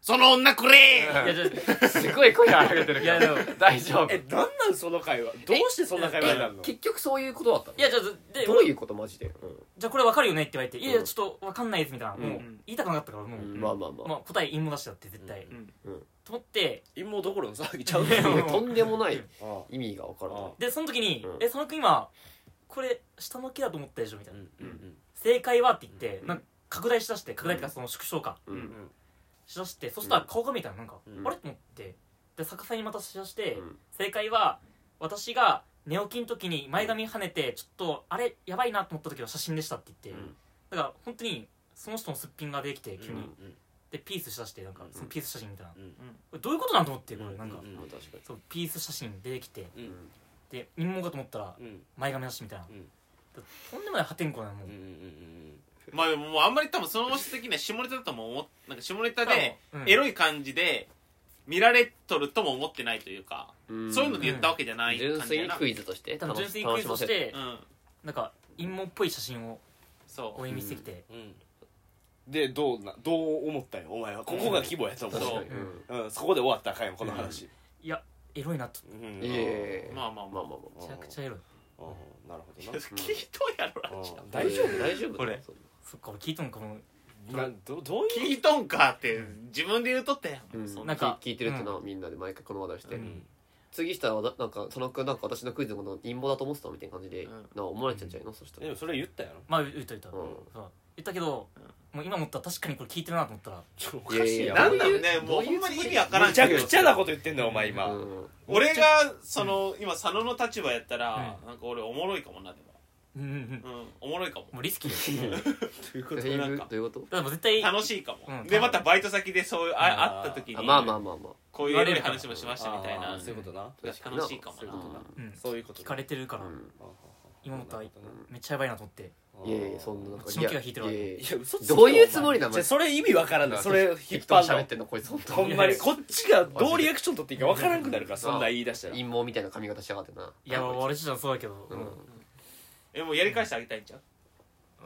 Speaker 4: その女くれ
Speaker 3: いやちょっと
Speaker 2: すごい声荒げてるけ
Speaker 3: い
Speaker 2: ど
Speaker 3: やでも
Speaker 2: 大丈夫
Speaker 5: えなんなんその会話どうしてそんな会話になるの
Speaker 2: 結局そういうことだったの
Speaker 3: いやちょっとで
Speaker 2: どういうことマジで
Speaker 3: じゃあこれわかるよねって言われて「いやいうや
Speaker 2: ん
Speaker 3: ちょっとわかんないです」みたいな、
Speaker 2: うん
Speaker 3: もう言いたくなかったからもう、
Speaker 2: うんまあまあま
Speaker 3: まあ、答え陰謀なしだって絶対、
Speaker 2: う
Speaker 4: うん
Speaker 3: と思って
Speaker 5: 陰謀どころの騒ぎちゃう
Speaker 2: あ
Speaker 5: の
Speaker 2: いやとんでもない
Speaker 5: あ
Speaker 2: 意味が分からない
Speaker 3: でその時に「
Speaker 2: うん
Speaker 3: え佐野君今これ下の木だと思ったでしょ」みたいな、
Speaker 5: うん
Speaker 3: 正解は?」って言って、
Speaker 2: うん
Speaker 3: なんか拡大しだして拡大っていうかその縮小か、
Speaker 2: うん
Speaker 4: ん
Speaker 3: しだしてそしたら顔が見えたらなんか、
Speaker 5: うん
Speaker 3: あれと思ってで逆さにまたしだして、
Speaker 2: うん
Speaker 3: 正解は私が寝起きの時に前髪跳ねてちょっとあれやばいなと思った時は写真でしたって言って、
Speaker 5: うん
Speaker 3: だから本当にその人のすっぴんができて急に、
Speaker 5: うん
Speaker 3: でピースしだしてなんか
Speaker 5: うん
Speaker 3: そのピース写真みたいな、
Speaker 5: うん
Speaker 3: これどういうことなんと思ってこれなんか、
Speaker 5: うんうん確か
Speaker 3: そうピース写真出てきて
Speaker 5: に
Speaker 3: で陰謀かと思ったら
Speaker 5: うんうん
Speaker 3: 前髪なしみたいな、
Speaker 5: うん
Speaker 3: とんでもない破天荒なもう、
Speaker 5: うんうん
Speaker 4: まあでももうあんまり多分その質的には下ネタだとも思っなんか下ネタで
Speaker 3: うん
Speaker 4: エロい感じで見られとるとも思ってないというかそういうので言ったわけじゃない
Speaker 2: 純
Speaker 4: 感じ
Speaker 2: 粋
Speaker 4: や
Speaker 2: に
Speaker 4: な
Speaker 2: クイズとして
Speaker 3: 多分
Speaker 2: 楽
Speaker 3: 純
Speaker 2: し
Speaker 3: 粋にクイズと
Speaker 2: 楽
Speaker 3: し
Speaker 2: ませる
Speaker 3: て、
Speaker 4: うん
Speaker 3: なんか陰謀っぽい写真を
Speaker 4: そ
Speaker 3: 応援見せてきて、
Speaker 5: うんうん
Speaker 1: でどうなどう思ったよお前はここが規模やと思
Speaker 2: 確か
Speaker 1: う
Speaker 2: に
Speaker 4: そう
Speaker 2: うん
Speaker 1: うんそこで終わったらあかんよこの話
Speaker 3: いやエロいなと
Speaker 1: うん
Speaker 2: いえいえいえ
Speaker 4: うまあまあ
Speaker 2: ま
Speaker 4: ま
Speaker 2: あ
Speaker 4: あ
Speaker 2: まあま
Speaker 3: めちゃくちゃエロい
Speaker 1: うんなるほど
Speaker 4: 聞いとんやろランチ
Speaker 1: うん
Speaker 2: あ
Speaker 1: 大丈夫
Speaker 2: 大丈夫
Speaker 4: これ
Speaker 3: そっか俺聞いたのかも
Speaker 1: などどういう
Speaker 4: 聞いとんかって自分で言うとったや
Speaker 2: うんん
Speaker 4: そん
Speaker 2: な
Speaker 4: なん
Speaker 2: か聞いてるってなみんなで毎回この話題して
Speaker 3: うん
Speaker 2: 次したらわなんか佐野君なんか私のクイズのこと陰謀だと思ってたみたいな感じで
Speaker 4: うん
Speaker 2: なんか思われちゃうんじゃないのそした
Speaker 1: で
Speaker 2: ら
Speaker 1: もそれ言ったやろ
Speaker 3: まあ言言った言った、
Speaker 2: うん
Speaker 3: そう言ったけど、もう今思ったら確かにこれ聞いてるなと思ったら
Speaker 1: おかしいや
Speaker 2: いやいや
Speaker 1: ん
Speaker 4: なんなんね
Speaker 2: ど
Speaker 4: も
Speaker 2: う
Speaker 4: う
Speaker 2: い
Speaker 4: ほ
Speaker 2: うん
Speaker 4: まに意味わからん
Speaker 1: めちゃくちゃなこと言ってんだよお前今
Speaker 2: うん
Speaker 4: 俺がその今佐野の立場やったら
Speaker 3: う
Speaker 4: なんか俺おもろいかもなで
Speaker 3: うんうんうん
Speaker 4: もうんおもろいかも
Speaker 3: もうリスキーだよだか
Speaker 1: というこ
Speaker 2: どう
Speaker 1: と
Speaker 4: とな
Speaker 2: いうどういうこと
Speaker 3: ら
Speaker 4: んか
Speaker 3: もう絶対
Speaker 4: (laughs) 楽しいか
Speaker 3: う
Speaker 4: も
Speaker 3: ん
Speaker 4: でまたバイト先でそういうあ
Speaker 1: あー
Speaker 4: 会った時
Speaker 2: あ
Speaker 4: に
Speaker 2: まあまあまあまあ
Speaker 4: こういうエロい話もしましたみたい
Speaker 1: あ
Speaker 4: な
Speaker 1: ーそういうことな
Speaker 4: 楽しいかも
Speaker 1: そういう
Speaker 4: な
Speaker 1: ことな
Speaker 3: うん
Speaker 1: そういうこと
Speaker 3: 聞かれてるか
Speaker 2: う
Speaker 3: ら、
Speaker 2: ん
Speaker 3: 今思ったら
Speaker 1: なるほど
Speaker 3: めっちゃやばいなと思って
Speaker 1: ない
Speaker 2: やいやそんななんか
Speaker 3: 血の気が引いてるわけ
Speaker 2: やや
Speaker 1: いや嘘つけ
Speaker 2: どういうつもりなの
Speaker 1: じゃあそれ意味わからんなそれ引っ
Speaker 2: 適当
Speaker 1: 張ん
Speaker 2: に
Speaker 1: の
Speaker 2: 喋ってんのこいつ本当
Speaker 1: ほん
Speaker 2: に
Speaker 1: まにこっちがどうリアクション取っていいかわからなくなるからそんな言い出したら
Speaker 2: 陰謀みたいな髪型しやがってない
Speaker 3: や
Speaker 2: こ
Speaker 3: 俺自身そうだけど、
Speaker 2: いつうん
Speaker 4: えもうやり返してあげたいんちゃ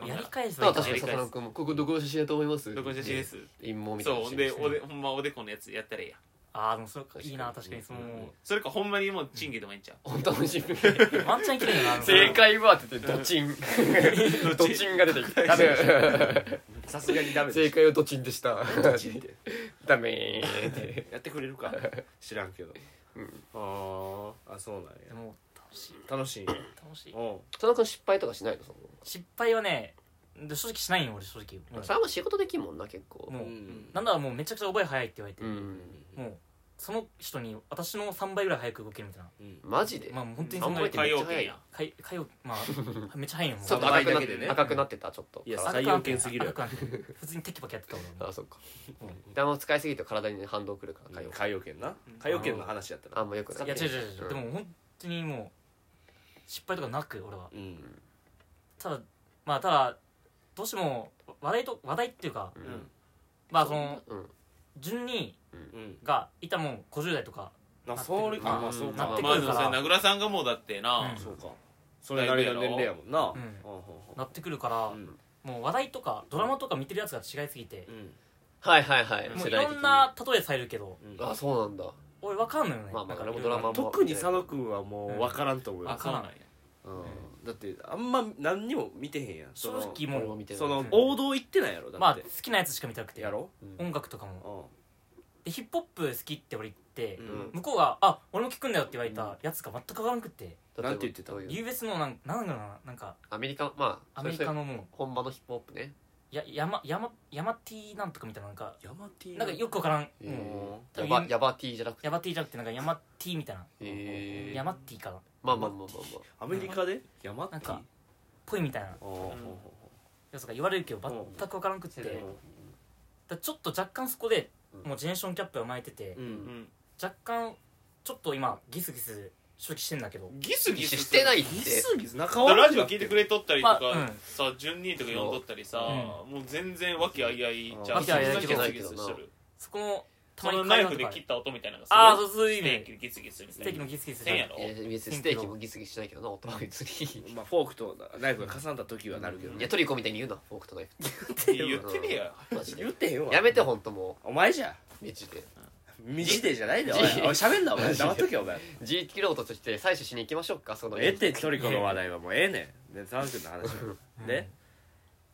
Speaker 4: う
Speaker 3: やり返す
Speaker 2: だ
Speaker 3: ばいい
Speaker 2: から確かに
Speaker 3: な
Speaker 4: やり返す
Speaker 2: 笹野君もここどこの写真だと思います
Speaker 4: どこ写真です
Speaker 2: 陰謀みたいな
Speaker 4: そうほ
Speaker 2: (laughs)
Speaker 4: んで
Speaker 2: して
Speaker 4: おでほんまおでこのやつやったらええや
Speaker 3: ああでもそれかいいな確かにその、
Speaker 4: それかほんまにもうチンゲでもいいんちゃう
Speaker 2: 本当の自分
Speaker 3: ワンチャン綺麗だな
Speaker 2: 正解はって言ってドチン (laughs) ドチンが出てき
Speaker 1: (laughs)
Speaker 2: たダメ
Speaker 1: さすがにダメ
Speaker 2: 正
Speaker 1: で
Speaker 2: 解はドチンでした
Speaker 1: しょ
Speaker 2: (laughs) ダメーって
Speaker 1: (laughs) やってくれるか知らんけどあーあそうなん
Speaker 3: で
Speaker 1: や
Speaker 3: も楽しい
Speaker 1: 楽しい
Speaker 3: 楽しい
Speaker 1: お
Speaker 2: 田中君失敗とかしないのその
Speaker 3: 失敗はねで正直しないよ俺正直も
Speaker 2: それはもう仕事できんもんな結構
Speaker 3: うもう
Speaker 1: うん
Speaker 3: なんだろうもうめちゃくちゃ覚え早いって言われて、
Speaker 2: うん
Speaker 3: もうその人に私の3倍ぐらい早く動けるみたいな
Speaker 2: マジで
Speaker 3: まあ本当にそ
Speaker 2: あ
Speaker 3: ん
Speaker 2: ん
Speaker 3: な
Speaker 2: まり
Speaker 3: に
Speaker 2: ってめっちゃ早
Speaker 4: 海洋圏
Speaker 2: い
Speaker 4: や
Speaker 3: かいかよまあ (laughs) めっちゃ早いよもう
Speaker 2: ちょっと
Speaker 1: 赤
Speaker 2: 赤
Speaker 1: い
Speaker 2: く
Speaker 1: だ
Speaker 2: なっ
Speaker 1: けでね
Speaker 2: て赤くなってたちょっと
Speaker 5: いや
Speaker 2: 体
Speaker 5: 採用権すぎる
Speaker 3: 赤くなってない普通にテキパキやってた俺
Speaker 2: あそっかでも使いすぎると体に反動くるからかよ
Speaker 1: 海洋圏な海洋圏の話やった
Speaker 2: あ
Speaker 1: なん
Speaker 2: まよくない
Speaker 3: いや違う違う違う、
Speaker 2: ん
Speaker 3: でも本当にもう失敗とかなく俺は
Speaker 1: うん
Speaker 3: ただまあただどうしても話題と話題っていうか
Speaker 2: う
Speaker 1: うんん
Speaker 3: まあその
Speaker 2: うん
Speaker 3: 順に
Speaker 1: うん
Speaker 3: がいたもん50代とか
Speaker 1: なそれか
Speaker 2: うん
Speaker 1: まあそう
Speaker 3: なっ
Speaker 1: か
Speaker 3: てく
Speaker 4: まあ
Speaker 3: る
Speaker 4: で
Speaker 3: か
Speaker 4: も
Speaker 3: ら
Speaker 4: さ名倉さんがもうだってな
Speaker 3: うん
Speaker 1: そうかそれなりの年齢やもんな
Speaker 3: うん
Speaker 1: ほうほうほ
Speaker 3: なってくるから
Speaker 1: ううん
Speaker 3: もう話題とかドラマとか見てるやつが違いすぎて
Speaker 1: うん
Speaker 2: はいはいはい
Speaker 3: もう
Speaker 2: 世
Speaker 3: い
Speaker 2: 代
Speaker 3: ろ
Speaker 2: 的に
Speaker 3: んな例えされるけど
Speaker 1: うん
Speaker 2: あそうなんだ
Speaker 3: 俺わかんないよね
Speaker 2: まあまあ
Speaker 3: なんか
Speaker 2: ドラマも
Speaker 1: 特に佐野君はもう分からんと思い
Speaker 3: わ
Speaker 1: ます
Speaker 3: かんない
Speaker 1: うんだってあんま何にも見てへんやん
Speaker 3: 正
Speaker 1: その
Speaker 3: 直
Speaker 2: 俺も
Speaker 3: も
Speaker 2: 見てない
Speaker 1: その
Speaker 3: ん
Speaker 1: 王道行ってないやろ
Speaker 3: う
Speaker 1: だ
Speaker 3: ま
Speaker 1: っ
Speaker 3: あ好
Speaker 1: て
Speaker 3: きなやつしか見たくて
Speaker 1: やろ
Speaker 3: 音楽とかも
Speaker 1: う
Speaker 3: でヒップホップ好きって俺言って
Speaker 1: ん
Speaker 2: ん
Speaker 3: 向こうが「あ俺も聞くんだよ」って言われたやつが全く分からなくって
Speaker 1: なんて言ってた
Speaker 2: どういう
Speaker 3: US のなんなんだろうななんか
Speaker 2: アメリカまあ
Speaker 3: アメリカ
Speaker 2: それそれ
Speaker 3: のもう
Speaker 2: 本場のヒップホップね
Speaker 3: や山山山 T なんとかみたいななんか
Speaker 1: ヤマティ
Speaker 3: なんかよく分からん
Speaker 2: え
Speaker 3: もう
Speaker 2: ー
Speaker 3: 多
Speaker 2: ヤ
Speaker 3: 分
Speaker 2: バヤバ T じゃなくて
Speaker 3: ヤマ T じゃなくてなんか山 T みたいな
Speaker 2: えー
Speaker 3: 山 T かなっ
Speaker 2: まあまあまあま
Speaker 1: アメリカでヤマテ
Speaker 3: なん
Speaker 1: ィ
Speaker 3: かぽいみたいな
Speaker 1: あーほう
Speaker 4: うん
Speaker 1: ほ
Speaker 3: やつが言われるけど
Speaker 1: うん
Speaker 3: 全く分からんくって
Speaker 2: 世代
Speaker 3: だ
Speaker 2: う
Speaker 3: か
Speaker 2: ん
Speaker 3: らちょっと若干そこで
Speaker 2: うん
Speaker 3: もうジェネレーションキャップが巻いてて
Speaker 1: う
Speaker 4: うんん
Speaker 3: 若干ちょっと今ギスギス正直してんだけど
Speaker 4: ギス
Speaker 2: あ
Speaker 4: ギス
Speaker 2: してないいって
Speaker 1: ギスギス仲悪い
Speaker 4: ラジオ聞いてくれとったりとか
Speaker 3: まあうん
Speaker 4: さ順にとか読んどったりさ
Speaker 3: う
Speaker 4: もう全然和気あいあいじゃ
Speaker 3: 和気あいあい
Speaker 4: そんなギスギス
Speaker 2: けどな
Speaker 4: してる
Speaker 3: そこの
Speaker 4: そのナ
Speaker 3: 会
Speaker 4: イ
Speaker 3: 話
Speaker 4: フ
Speaker 3: と
Speaker 4: で
Speaker 3: か
Speaker 4: 切った音みたいなのが
Speaker 3: ああ
Speaker 4: す
Speaker 3: そうそういう
Speaker 4: る
Speaker 3: 意
Speaker 4: ステー
Speaker 3: 味
Speaker 4: キギスギスみ
Speaker 3: ス
Speaker 4: た
Speaker 3: テー
Speaker 4: い
Speaker 3: キ
Speaker 4: な
Speaker 3: のギスギス
Speaker 4: せんやろ
Speaker 2: いや別にステーキもギスギスしないけどな音は別に
Speaker 1: まあフォークとナイフが重なった時はなるけど
Speaker 2: いやトリコみたいに言うなフォークとナイフ
Speaker 4: いや言ってねえよ
Speaker 2: マジで
Speaker 1: 言ってへんわ
Speaker 2: やめてほんとも
Speaker 1: お前じゃ
Speaker 2: う道で
Speaker 1: 身じでじゃないでおいお
Speaker 2: じ
Speaker 1: い喋んなお前黙っとけお前
Speaker 2: G キロートとして採取しに行きましょうかその
Speaker 1: ええってトリコの話題はもうええねんで佐野君の話はね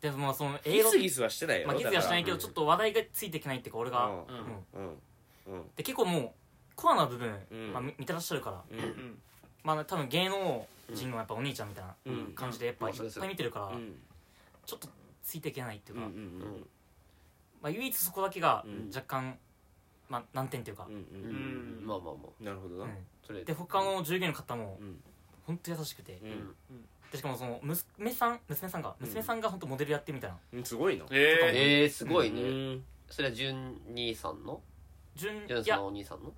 Speaker 3: でもまあその映
Speaker 1: ギ
Speaker 3: 画
Speaker 1: スギスはしてないや
Speaker 3: まあ
Speaker 1: ろ
Speaker 3: ギスギスはしないけど
Speaker 1: だ
Speaker 3: ちょっと話題がついてきないっていうか俺
Speaker 1: から
Speaker 3: が
Speaker 4: うん
Speaker 3: うん
Speaker 1: うんうん
Speaker 3: で結構もうコアな部分
Speaker 1: うん
Speaker 3: まあ見見てらっしゃるから
Speaker 1: う
Speaker 4: うんん
Speaker 3: まあ多分芸能人のやっぱお兄ちゃんみたいな
Speaker 1: うん
Speaker 3: 感じでやっぱいっ
Speaker 2: うん
Speaker 3: ぱい見てるから
Speaker 1: うん
Speaker 3: ちょっとついていけないっていう
Speaker 1: うん
Speaker 3: か
Speaker 1: うん
Speaker 3: まあ唯一そこだけが
Speaker 1: うん
Speaker 3: 若干まあ難点っていうか
Speaker 1: うんうん
Speaker 2: う
Speaker 1: うん
Speaker 2: んまあまあまあ
Speaker 1: なるほどな
Speaker 3: うん
Speaker 2: それ
Speaker 3: で他の従業員の方も
Speaker 1: うん
Speaker 3: 本当優しくて
Speaker 1: う
Speaker 2: うん
Speaker 1: ん
Speaker 3: でしかもその娘さん娘さんが
Speaker 1: うん
Speaker 3: 娘さんが本当モデルやってみたいな
Speaker 1: うんすごいな
Speaker 4: ええ
Speaker 2: えーすごいうね
Speaker 1: ん
Speaker 2: それは純兄さんの
Speaker 3: 順い
Speaker 2: 純さん
Speaker 3: や
Speaker 2: のお兄さんの
Speaker 3: 違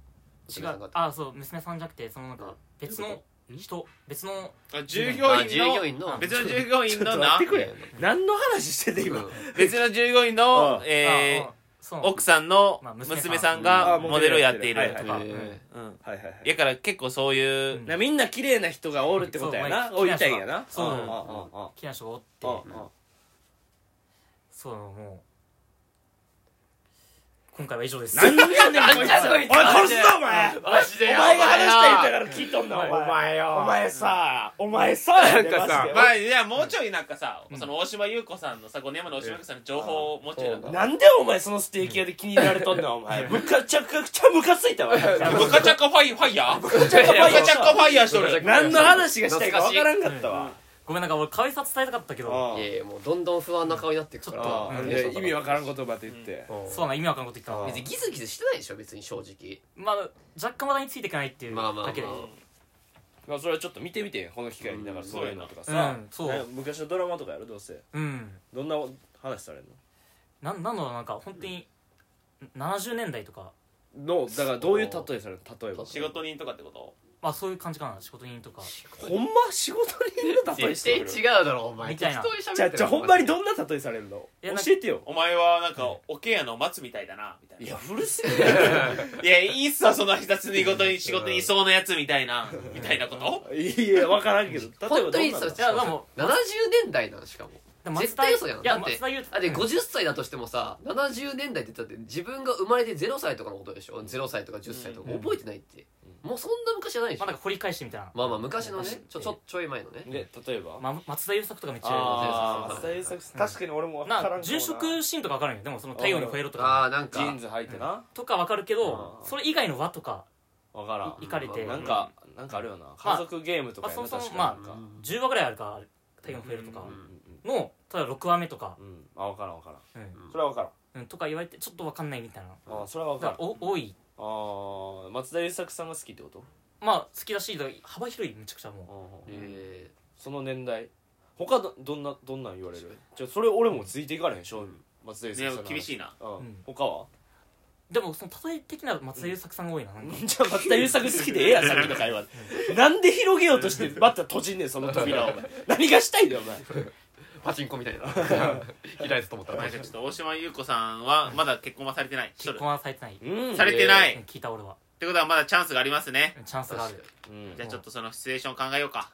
Speaker 2: 娘さん
Speaker 3: う
Speaker 2: が
Speaker 3: あそう娘さんじゃなくてそのなんか別
Speaker 1: どういう
Speaker 3: の人別の
Speaker 4: あ従業
Speaker 2: あ従業
Speaker 4: 員
Speaker 2: 員の
Speaker 4: の別の従業員
Speaker 1: ちょっ
Speaker 4: の
Speaker 1: と待
Speaker 4: な
Speaker 1: ってくれ何の話してて
Speaker 2: う
Speaker 1: 今
Speaker 2: ん
Speaker 4: 別の従業員の
Speaker 1: うん
Speaker 4: えー
Speaker 3: あそう
Speaker 4: 奥さんの
Speaker 3: まあ娘さん
Speaker 4: 娘さんがモデルをやってい
Speaker 1: はい
Speaker 4: る
Speaker 1: は
Speaker 4: と
Speaker 1: い
Speaker 4: か
Speaker 2: えー
Speaker 3: うん
Speaker 4: うん
Speaker 1: はいはいはい
Speaker 4: やから結構そういう
Speaker 3: うん
Speaker 1: なみんな綺麗な人がおるってことやな
Speaker 3: そうまあ
Speaker 1: おいたいんやな
Speaker 3: そう
Speaker 1: ああああ
Speaker 3: 木梨がおって
Speaker 1: あああ
Speaker 3: そうもう今回は以上です
Speaker 1: 何やねんこいつ
Speaker 2: なん
Speaker 1: お
Speaker 2: だ
Speaker 1: い
Speaker 2: こいつ
Speaker 1: 殺すぞお前
Speaker 2: マジ
Speaker 1: お前
Speaker 2: で
Speaker 1: が話して言ったから聞いとんなお前
Speaker 2: よ
Speaker 1: お前さお前さ
Speaker 2: なんか
Speaker 1: マジ
Speaker 2: さ
Speaker 1: で
Speaker 4: まあいやもうちょいなんかさその大島優子さんのさ5年前の大島優子さんの情報をもうちょいなん
Speaker 2: う
Speaker 4: か
Speaker 2: ん
Speaker 1: なんでお前そのステーキ屋で気に入られとんねんお前むかちゃくちゃムカついたわなんか
Speaker 4: ブカチャッカファイファイヤーブカチ
Speaker 1: ャッカファイヤー
Speaker 4: ャッカファイヤーしとる
Speaker 1: 何の話がしたいかわからんかったわ
Speaker 3: ごめんなんか俺可愛さ伝えたかったけど
Speaker 1: あ
Speaker 2: いやいやもうどんどん不安な顔になっていくか
Speaker 1: あ
Speaker 2: ら
Speaker 1: あ
Speaker 3: うん
Speaker 1: で意味わ
Speaker 2: は
Speaker 1: からん言葉で言って
Speaker 3: そうな意味わかんないこと言った
Speaker 1: あ
Speaker 3: な
Speaker 1: ー
Speaker 2: 別にギスギスしてないでしょ別に正直
Speaker 3: まあ若干話題についていかないっていう
Speaker 2: まあまあまあ
Speaker 3: だけで
Speaker 1: まあそれはちょっと見てみてこの機会にだからそういうのとか
Speaker 3: う
Speaker 1: さ
Speaker 3: んそう
Speaker 1: ね昔のドラマとかやるどうせ
Speaker 3: うん
Speaker 1: どんな話されん
Speaker 3: なんなんだろうなんか本当に70年代とか
Speaker 1: ののだからどういう例えされるの例えば
Speaker 4: 仕事人とかってこと
Speaker 3: まあそういう感じかな仕事人とか
Speaker 1: ほんま仕事人の例え
Speaker 2: 絶
Speaker 1: し
Speaker 2: 対
Speaker 1: て
Speaker 2: 違
Speaker 1: くる
Speaker 2: うだろお前
Speaker 3: みたい
Speaker 2: 適
Speaker 3: な
Speaker 2: 当に喋って
Speaker 1: じゃあじゃあほんまにどんな例えされるの
Speaker 3: いやなんか
Speaker 1: 教えてよ
Speaker 4: お前はなんかおけやの松みたいだなみたい
Speaker 1: い
Speaker 4: な
Speaker 1: やうるせえ
Speaker 4: いやいいっすわその一つにごとに仕事にいそうなやつみたいなみたいなこと
Speaker 1: ないやわからんけど例えばどん
Speaker 2: 本当に
Speaker 1: な
Speaker 2: そ
Speaker 1: の
Speaker 2: う
Speaker 3: いやでも
Speaker 2: 70年代なのしかも
Speaker 3: で
Speaker 2: 絶対嘘やん
Speaker 3: いや
Speaker 2: だって
Speaker 3: 松田優太
Speaker 2: あで50歳だとしてもさ70年代って言ったって自分が生まれて0歳とかのことでしょ0歳とか10歳とか
Speaker 3: うん
Speaker 2: 覚えてないって、もうそんな昔じゃないでし
Speaker 3: ま
Speaker 2: ょ、
Speaker 3: あなんか掘り返してみたいな
Speaker 2: まあまあ昔のね
Speaker 3: 昔
Speaker 2: ちょちょちょい前のね
Speaker 1: で例えば
Speaker 3: ま松田優作とかめっちゃ
Speaker 1: あ
Speaker 2: ー
Speaker 1: あ大作確かに俺も分からんかも
Speaker 3: な住職シーンとか分かるんよでもその太陽に吠えろと
Speaker 2: あ
Speaker 3: か
Speaker 2: あなん
Speaker 1: ジー
Speaker 2: か
Speaker 1: ンズ履いてな
Speaker 3: とか分かるけど
Speaker 1: あー
Speaker 3: それ以外の和とか
Speaker 1: 分か
Speaker 3: いかれて
Speaker 1: らんなん
Speaker 3: 10
Speaker 1: かなんかあるよな家族ゲームとかやな
Speaker 3: まあそもそ
Speaker 1: 確
Speaker 3: もま
Speaker 1: か
Speaker 3: あ
Speaker 1: になんか
Speaker 3: 話ぐらいあるから太陽に吠えろとか
Speaker 2: うん
Speaker 3: のただ6話目とか
Speaker 1: う、んうんあ分からん分からん
Speaker 3: う
Speaker 1: それは分からん
Speaker 3: んうんとか言われてちょっと分かんないみたいな
Speaker 1: あそれは分
Speaker 3: だ
Speaker 1: か
Speaker 3: から
Speaker 1: ら
Speaker 3: お多い
Speaker 1: ああ松田優作さんが好きってこと
Speaker 3: まあ好きだしだから幅広いめちゃくちゃもう
Speaker 2: え
Speaker 1: その年代他どどんなどんなん言われるじゃあそれ俺もついていかれへん正味松田優作さんの話
Speaker 4: 厳しいな
Speaker 1: う
Speaker 3: うん
Speaker 1: ん他は
Speaker 3: でもその例え的な松田優作さんが多いななんか
Speaker 1: (laughs) じゃあ松田優作好きでええやんさっ (laughs) きの
Speaker 4: (laughs)
Speaker 1: 会話なんで広げようとしてまた閉じんねんその扉をお前何がしたいんだよお前
Speaker 2: ーパチンコみたい (laughs) な開いたと思ったら
Speaker 4: まあじゃあちょっと大島優子さんはまだ結婚はされてないしと
Speaker 3: 結
Speaker 4: る
Speaker 3: 婚はされてない、
Speaker 1: うん
Speaker 4: されてない、
Speaker 3: うん聞いた俺は
Speaker 4: ってことはまだチャンスがありますね
Speaker 3: うんチャンスがある
Speaker 1: うん
Speaker 4: じゃあちょっとそのシチュエーション考えようか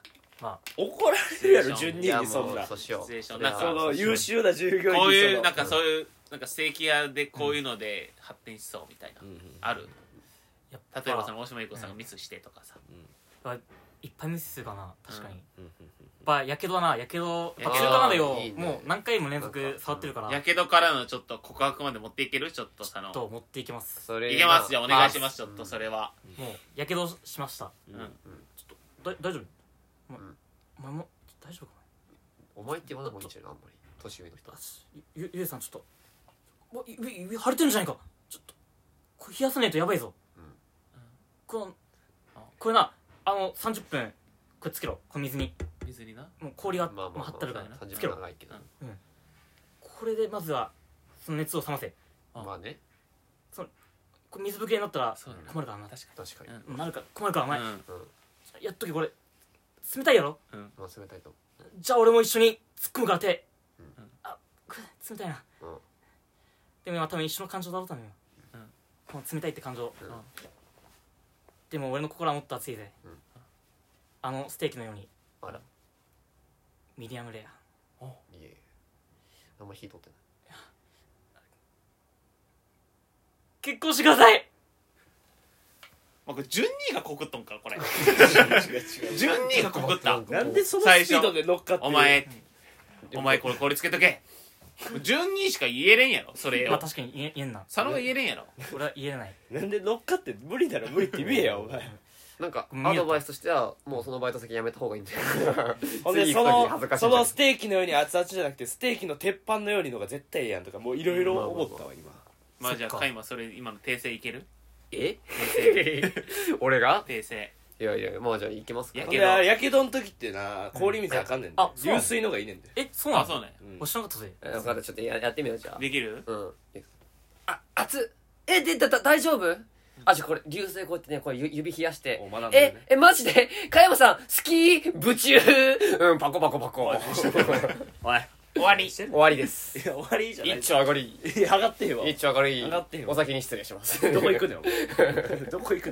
Speaker 1: 怒られるやろ順
Speaker 2: いや
Speaker 1: 人
Speaker 2: も
Speaker 1: にそんな
Speaker 2: うそうしよ
Speaker 4: シチュエー
Speaker 2: う
Speaker 4: ションなんか
Speaker 1: その優秀な従業員に
Speaker 4: こういう
Speaker 1: その
Speaker 4: なんかそういうなんかステーキ屋でこういうので発展しそうみたいな、
Speaker 1: うんうん
Speaker 4: ある
Speaker 3: やっぱ
Speaker 4: 例えばその大島優子さんがミスしてとかさ、
Speaker 3: いっぱいミスするかな確かに、
Speaker 4: うん
Speaker 3: やっぱやけどだなやけどや
Speaker 4: や
Speaker 3: っぱ
Speaker 4: けど
Speaker 3: 中華鍋を
Speaker 2: いいね
Speaker 3: もう何回も連続触ってるから
Speaker 4: やけどからのちょっと告白まで持っていけるちょっとその
Speaker 3: と持っていきます
Speaker 2: それ
Speaker 4: いけますじゃあお願いし
Speaker 2: す
Speaker 4: ますちょっとそれは、
Speaker 3: もうやけどしました
Speaker 4: うん
Speaker 3: だ大丈夫お前
Speaker 2: うん
Speaker 3: お前も大丈夫か
Speaker 2: お前って言わない方がいいんじゃないのあんまり年上の人
Speaker 3: なあしゆゆえさんちょっとわゆゆ指腫れてるんじゃないかちょっとこれ冷やさないとやばいぞ、
Speaker 2: うん
Speaker 3: このこれなあの30分これつけろこの水に
Speaker 4: 水にな
Speaker 3: もう氷が、
Speaker 2: まあまあ
Speaker 3: もう張ったるから
Speaker 2: まあ
Speaker 3: な
Speaker 2: 30
Speaker 3: つけ
Speaker 2: 分
Speaker 3: ろ
Speaker 2: 長いけど
Speaker 4: うん
Speaker 3: これでまずはその熱を冷ませ
Speaker 4: うん
Speaker 2: まあね
Speaker 3: これ水ぶくれになったら
Speaker 4: そうだね
Speaker 3: 困るからな
Speaker 4: 確か
Speaker 2: 確かに
Speaker 4: うん
Speaker 3: うんなるか困るからお前、
Speaker 4: に、
Speaker 2: うん
Speaker 3: やっとけこれ冷たいやろ
Speaker 2: まあ冷たいと思
Speaker 3: じゃあ俺も一緒に突っ込むから手、
Speaker 2: うん
Speaker 3: あこれ冷たいな、
Speaker 2: うん
Speaker 3: でも今多分一緒の感情だろう多分、
Speaker 4: うん
Speaker 3: この冷たいって感情、
Speaker 2: うん
Speaker 3: でも俺の心はもっと熱いぜ、
Speaker 2: うん
Speaker 3: あのステーキのように
Speaker 2: うあら
Speaker 3: ミディアムレア
Speaker 2: いえあんま火通ってない
Speaker 3: 結婚してください
Speaker 4: まあ、これ順位が告っとんからこれ
Speaker 1: 違う違う
Speaker 4: 順位が告った
Speaker 1: なんでそのスピードで乗っかってる
Speaker 4: お前お前これこれつけとけ順位しか言えれんやろそれ
Speaker 3: まあ
Speaker 4: を
Speaker 3: 確かに言え言えんな
Speaker 4: 佐野が言えれんやろ
Speaker 3: 俺は言えれない
Speaker 1: なんで乗っかって無理だろ無理って言えやお前
Speaker 2: なんか
Speaker 3: 見えた
Speaker 2: アドバイスとしてはもうそのバイト先辞めた方がいいんじゃない
Speaker 1: (laughs) ほんで
Speaker 2: 次
Speaker 1: そ
Speaker 2: 行く時恥ず
Speaker 1: の
Speaker 2: かしい
Speaker 1: そ
Speaker 2: んじゃな
Speaker 1: の
Speaker 2: い
Speaker 1: ステーキのように熱々じゃなくてステーキの鉄板のようにのが絶対ええやんとかもういろいろ思ったわ今
Speaker 4: まあじゃ
Speaker 3: そ
Speaker 4: あ
Speaker 3: っか
Speaker 4: カイマそれ今の訂正いける
Speaker 2: え
Speaker 4: 訂
Speaker 2: (laughs) 俺が
Speaker 4: 正訂正
Speaker 2: いやいやまあじゃあ行きますか
Speaker 4: いや
Speaker 1: ほん
Speaker 4: け
Speaker 1: で
Speaker 4: ど
Speaker 1: やけどの時ってな氷水あかんねんで
Speaker 3: あそう
Speaker 1: 流水のがいいねんで
Speaker 3: えそうなの
Speaker 4: あそうね
Speaker 1: うん
Speaker 3: お知らなかったぜ
Speaker 2: え分かったちょっとややってみようじゃあ
Speaker 4: できる
Speaker 2: うんあ熱っえでだだ大丈夫あじゃあこれ流星こうやってねこれゆ指冷やして
Speaker 1: お学んでる
Speaker 2: え
Speaker 1: ね
Speaker 2: えマジで加山さん好きブチューうんパコパコ
Speaker 1: (laughs)
Speaker 2: パコ
Speaker 4: おい終わり
Speaker 2: 終わりです
Speaker 1: いや終わりじゃない
Speaker 2: 一丁上がり
Speaker 1: いや上がってへんわ
Speaker 2: 一丁上がり
Speaker 1: 上がってよ
Speaker 2: お先に失礼します
Speaker 1: どこ行く
Speaker 2: っ
Speaker 1: のよどこ行く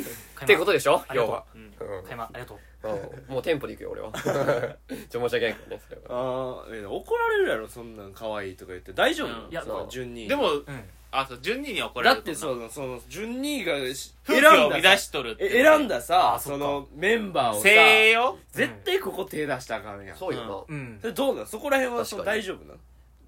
Speaker 1: の
Speaker 2: てことでしょ
Speaker 3: ありが
Speaker 2: 要
Speaker 3: とう
Speaker 2: は
Speaker 4: うん
Speaker 2: うん
Speaker 3: 買いまありがとう
Speaker 2: うんもう店舗で行くよ俺はちょ申し訳ないからねそれは
Speaker 1: ああ怒られるやろそんなん可愛いとか言って大丈
Speaker 4: う
Speaker 1: 夫
Speaker 4: ん
Speaker 3: いや
Speaker 1: その順に
Speaker 4: でも
Speaker 3: うん
Speaker 4: あそう順位には怒ら
Speaker 1: だ
Speaker 4: れ
Speaker 1: っ
Speaker 4: る
Speaker 1: て
Speaker 4: もん
Speaker 1: そのその順にがし
Speaker 4: な
Speaker 1: 選ん
Speaker 4: 風紀を
Speaker 1: だ
Speaker 4: 乱
Speaker 1: さ
Speaker 4: しとるって
Speaker 1: え選んだ
Speaker 3: あ
Speaker 1: さ
Speaker 3: そ
Speaker 1: そ
Speaker 3: っか
Speaker 1: のメンバーをさ
Speaker 4: 精鋭よ
Speaker 1: 絶対ここ手出したらあかんやん
Speaker 2: そうよ
Speaker 3: うん
Speaker 1: それどうなんそこら辺は
Speaker 2: 確か
Speaker 1: そ
Speaker 2: に
Speaker 1: の大丈夫なの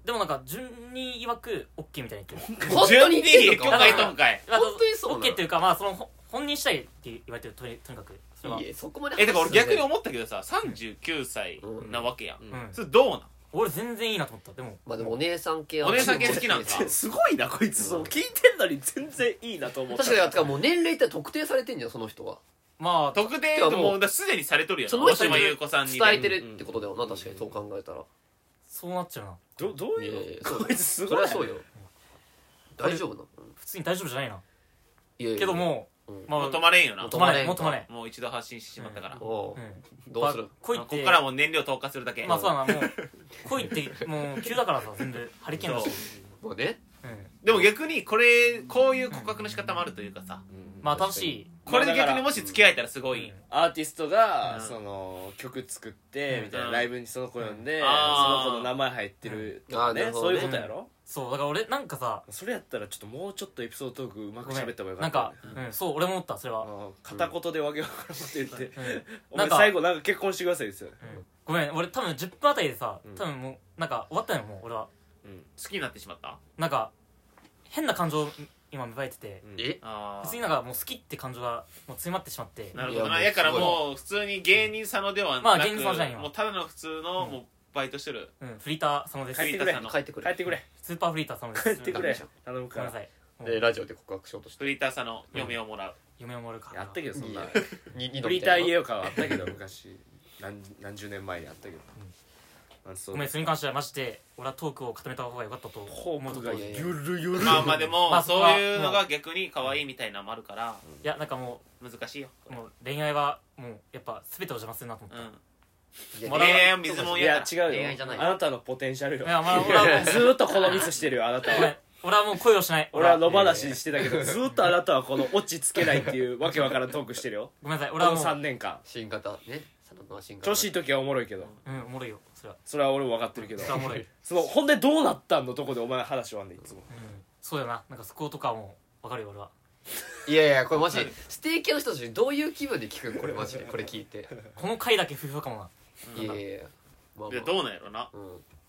Speaker 3: でもなんか順に曰く OK みたいに言ってる
Speaker 2: な本当に言ってんの
Speaker 4: 許
Speaker 2: か
Speaker 4: 可いとんかい
Speaker 2: 本当にそうなの
Speaker 3: OK っていうかまあそのほ本人したいって言われてるとにとにかくそれはい
Speaker 2: やそこまで
Speaker 4: えだから俺逆に
Speaker 2: う
Speaker 4: 思ったけどさ39歳なわけやん
Speaker 2: ん
Speaker 3: うん
Speaker 4: それどうなん
Speaker 3: 俺全然いいなと思ったでも
Speaker 2: まあでもお姉さん系は
Speaker 4: お姉さん系好きなんか
Speaker 1: すごいなこいつそう聞いてんのに全然いいなと思った
Speaker 2: 確かにだからもう年齢って特定されてんじゃんその人は
Speaker 3: まあ
Speaker 4: 特定
Speaker 2: てかもう
Speaker 4: もうだすでにされとるやん
Speaker 2: その
Speaker 4: 大
Speaker 2: 人に
Speaker 4: 島優子さんに
Speaker 2: 伝えてるってことだよな確かにそう考えたら
Speaker 3: そうなっちゃうな
Speaker 1: どどう
Speaker 2: いやいや
Speaker 1: いう
Speaker 2: そ
Speaker 1: こいつすご
Speaker 2: そり
Speaker 1: い
Speaker 2: ゃそうよ大丈夫なのうん
Speaker 3: 普通に大丈夫じゃないない
Speaker 2: やいや
Speaker 3: けども
Speaker 2: うん
Speaker 3: まあ
Speaker 4: もう止まれんよな
Speaker 2: もう
Speaker 3: 止まれんもう止まれん
Speaker 4: もう一度発信してしまったから
Speaker 2: お
Speaker 3: う
Speaker 2: うんどうする
Speaker 3: こい
Speaker 4: まあ
Speaker 3: っ
Speaker 4: こ
Speaker 3: て
Speaker 4: っからもう燃料投下するだけ
Speaker 3: まあそうだなもうこいってもう急だからさ全部ハリケーンだし
Speaker 2: まあね
Speaker 3: うん
Speaker 4: でも逆にこれこういう告白の仕方もあるというかさ
Speaker 3: まあ楽しい
Speaker 4: これで逆にもし付き合えたらすごい
Speaker 1: アーティストが、
Speaker 4: うん
Speaker 1: その曲作って
Speaker 3: うん
Speaker 1: みたいな、
Speaker 4: うん
Speaker 1: ライブにその子呼んで、
Speaker 4: うん
Speaker 1: そ
Speaker 4: あー
Speaker 1: の子の名前入ってるとか
Speaker 2: あーな
Speaker 1: ね,、
Speaker 2: るほど
Speaker 1: そう
Speaker 2: ね
Speaker 1: いうことやろ、
Speaker 3: そうだから俺なんかさ
Speaker 1: それやったらちょっともうちょっとエピソードトークうま
Speaker 3: ご
Speaker 1: く
Speaker 3: め
Speaker 1: 喋った方がよ
Speaker 3: ん
Speaker 1: か
Speaker 3: な
Speaker 1: っ
Speaker 3: ん
Speaker 1: たね
Speaker 3: かうんそう俺も思ったそれは
Speaker 1: あー片言でわけわからんって言って、
Speaker 3: うん
Speaker 1: お
Speaker 3: な
Speaker 1: 前
Speaker 3: んか
Speaker 1: 最後なんか結婚してくださいですよね
Speaker 3: うんごめん俺多分10分あたりでさ
Speaker 1: うん
Speaker 3: 多分もうなんか終わったのよもう俺は
Speaker 4: 好きになってしまった
Speaker 3: なんか変な感情今芽生えてて
Speaker 1: うん
Speaker 2: え
Speaker 4: あ
Speaker 3: 別に
Speaker 4: ー
Speaker 3: なんかもう好きって感情がもう詰まってしまって
Speaker 4: なるほど
Speaker 2: い
Speaker 4: な
Speaker 2: やもう
Speaker 4: やから
Speaker 2: すごい
Speaker 4: もう普通に芸人さんのでは
Speaker 3: まあ
Speaker 4: な
Speaker 3: 芸人さんじゃない
Speaker 4: く
Speaker 3: よ
Speaker 4: もうただの普通の
Speaker 3: うん
Speaker 4: もうバイトしてる
Speaker 3: うんフリーター様です
Speaker 1: 帰ってくれ
Speaker 4: 栗田さんの
Speaker 2: 帰って
Speaker 1: (laughs)
Speaker 2: く
Speaker 1: 帰っ
Speaker 2: る
Speaker 1: てくれ
Speaker 3: スーパーフリーター様です
Speaker 1: 帰ってくれ頼むか
Speaker 3: ごめんな
Speaker 1: ら
Speaker 3: さい
Speaker 2: でラジオで告白しようとして
Speaker 4: フリーターさんの嫁をもらう、
Speaker 3: 嫁をもらうか
Speaker 1: やったけどそんな
Speaker 2: にに
Speaker 1: フリーター家よかはあったけど昔何何十年前にあったけど、あそう
Speaker 3: ごめんそれに関してはマジで俺はトークを固めた方が良かったと
Speaker 1: ホ
Speaker 3: 思
Speaker 1: ー
Speaker 3: うと
Speaker 1: ク
Speaker 3: こ
Speaker 1: が
Speaker 3: ろい
Speaker 1: ゆ
Speaker 2: いや
Speaker 1: るゆる
Speaker 4: まあまあでも、
Speaker 3: まあそこは
Speaker 4: そういうのが逆に可愛いみたいなのもあるから
Speaker 3: やなんかも
Speaker 4: 難しいよ
Speaker 3: うもう恋愛はもうやっぱ全てを邪魔するなと思
Speaker 4: う
Speaker 3: っ
Speaker 4: ん
Speaker 2: いや
Speaker 4: 恋愛は水も
Speaker 1: い
Speaker 4: んや
Speaker 1: や
Speaker 4: か
Speaker 1: 違う
Speaker 2: 恋愛じゃ
Speaker 1: よ
Speaker 2: ない
Speaker 1: あなたのポテンシャルよ
Speaker 3: たいやまあ俺はもう
Speaker 1: ずーっとこのミスしてるよあなた
Speaker 3: ごめん
Speaker 1: は
Speaker 3: 俺はもう恋をしない
Speaker 1: 俺は野放ししてたけどずーっとあなたはこのオチつけないっていうわけわからんトークしてるよ
Speaker 3: ごめんなさい
Speaker 1: こ
Speaker 3: 俺は
Speaker 1: の
Speaker 3: も
Speaker 1: 3
Speaker 3: う
Speaker 1: 年間
Speaker 2: 新型ね佐野の新型
Speaker 1: 調子いい時はおもろいけど
Speaker 3: うんおもろいよそれは
Speaker 1: それは俺も分かってるけど
Speaker 3: それはおもろい、うん、
Speaker 1: そのほんでどうなったんのとこでお前話し終わんねいつも
Speaker 3: そうだよななんかそことかも分かるよ俺はい
Speaker 2: やいやこれマジステーキ屋の人たちどういう気分で聞くんこれマジでこれ聞いて
Speaker 3: この回だけ不評かもな、
Speaker 2: いやいやいやまあ
Speaker 4: らで
Speaker 2: う
Speaker 4: どうなんやろな
Speaker 2: うん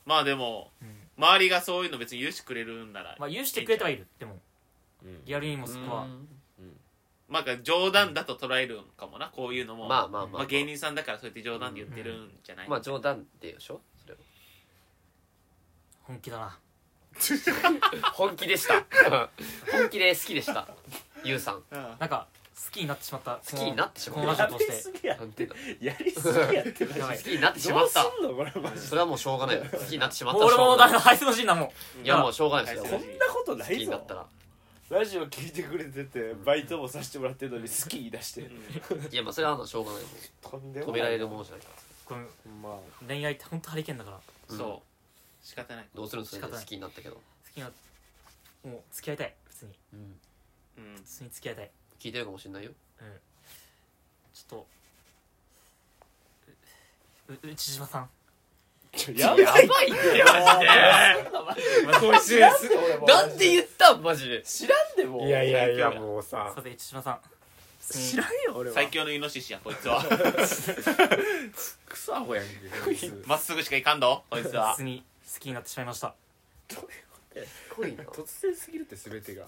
Speaker 4: まあでも
Speaker 3: うん
Speaker 4: 周りがそういうの別に許してくれるんなら
Speaker 3: まあ、許してくれてはいるでも
Speaker 1: うん
Speaker 3: リアルにもそこは
Speaker 4: まあなんか冗談だと捉えるんかもなこういうのも
Speaker 2: まあまあまあ
Speaker 4: まあ芸人さんだからそうやって冗談で言ってるんじゃない
Speaker 2: まあ冗談でしょそれは
Speaker 3: 本気だな
Speaker 2: 本気でした (laughs) 本気で好きでしたゆうさん
Speaker 4: うん
Speaker 3: なんか好きになってしまった
Speaker 2: 好きになってしまった
Speaker 3: このラジオ通
Speaker 1: やりす
Speaker 3: して
Speaker 1: ぎや
Speaker 2: なんていうの
Speaker 1: やりすぎやってマジ
Speaker 3: やば
Speaker 2: 好
Speaker 3: い
Speaker 2: きになってし
Speaker 1: ど
Speaker 2: ま
Speaker 1: う
Speaker 2: った
Speaker 1: すんのこれマジ
Speaker 2: それはもうしょうがないよ好きになってしまっ
Speaker 3: も
Speaker 2: た
Speaker 3: う
Speaker 2: ら
Speaker 3: 俺
Speaker 2: しょ
Speaker 3: も
Speaker 2: うが
Speaker 3: う
Speaker 2: ない
Speaker 3: だめだ配信のシーンだも
Speaker 2: いやもうしょうがないです
Speaker 4: 大
Speaker 2: よ
Speaker 4: 丈
Speaker 1: こ
Speaker 4: 夫
Speaker 1: んなことな
Speaker 2: 好き
Speaker 1: い
Speaker 2: になったら
Speaker 1: ぞラジオ聞いてくれててバイトもさせてもらってるのに好き言い出して
Speaker 2: いやまあそれはあのしょうがないもう
Speaker 1: とんで
Speaker 2: 止められるものじゃないから
Speaker 3: これ
Speaker 1: まあ
Speaker 3: 恋愛って本当ハリケーンだから好
Speaker 4: うんそう仕方ない
Speaker 2: どうするんですか
Speaker 3: 仕方
Speaker 2: ね
Speaker 3: な
Speaker 2: 好
Speaker 3: い
Speaker 2: きになったけど
Speaker 3: きなもう付き合いたい普通に
Speaker 2: うん
Speaker 4: うん
Speaker 3: 普通に付き合いたい
Speaker 2: 聞いてるかもしれないよ
Speaker 3: ちょっとうう内島さん
Speaker 1: ちょやばい
Speaker 2: ばいって
Speaker 1: こいつです
Speaker 2: なんで言ったんマジで
Speaker 1: 知らんでもう
Speaker 4: やいやも
Speaker 2: うさ
Speaker 3: さて内島さん普通に
Speaker 1: 知らんよ俺は
Speaker 4: 最強のイノシシやこいつは (laughs)
Speaker 1: クソアホやんけこいつ
Speaker 4: まっすぐしかいかんどこいつ
Speaker 3: 普
Speaker 4: は
Speaker 3: 通に好きになってしまいました
Speaker 2: 恋な
Speaker 1: 突然すぎるって全てが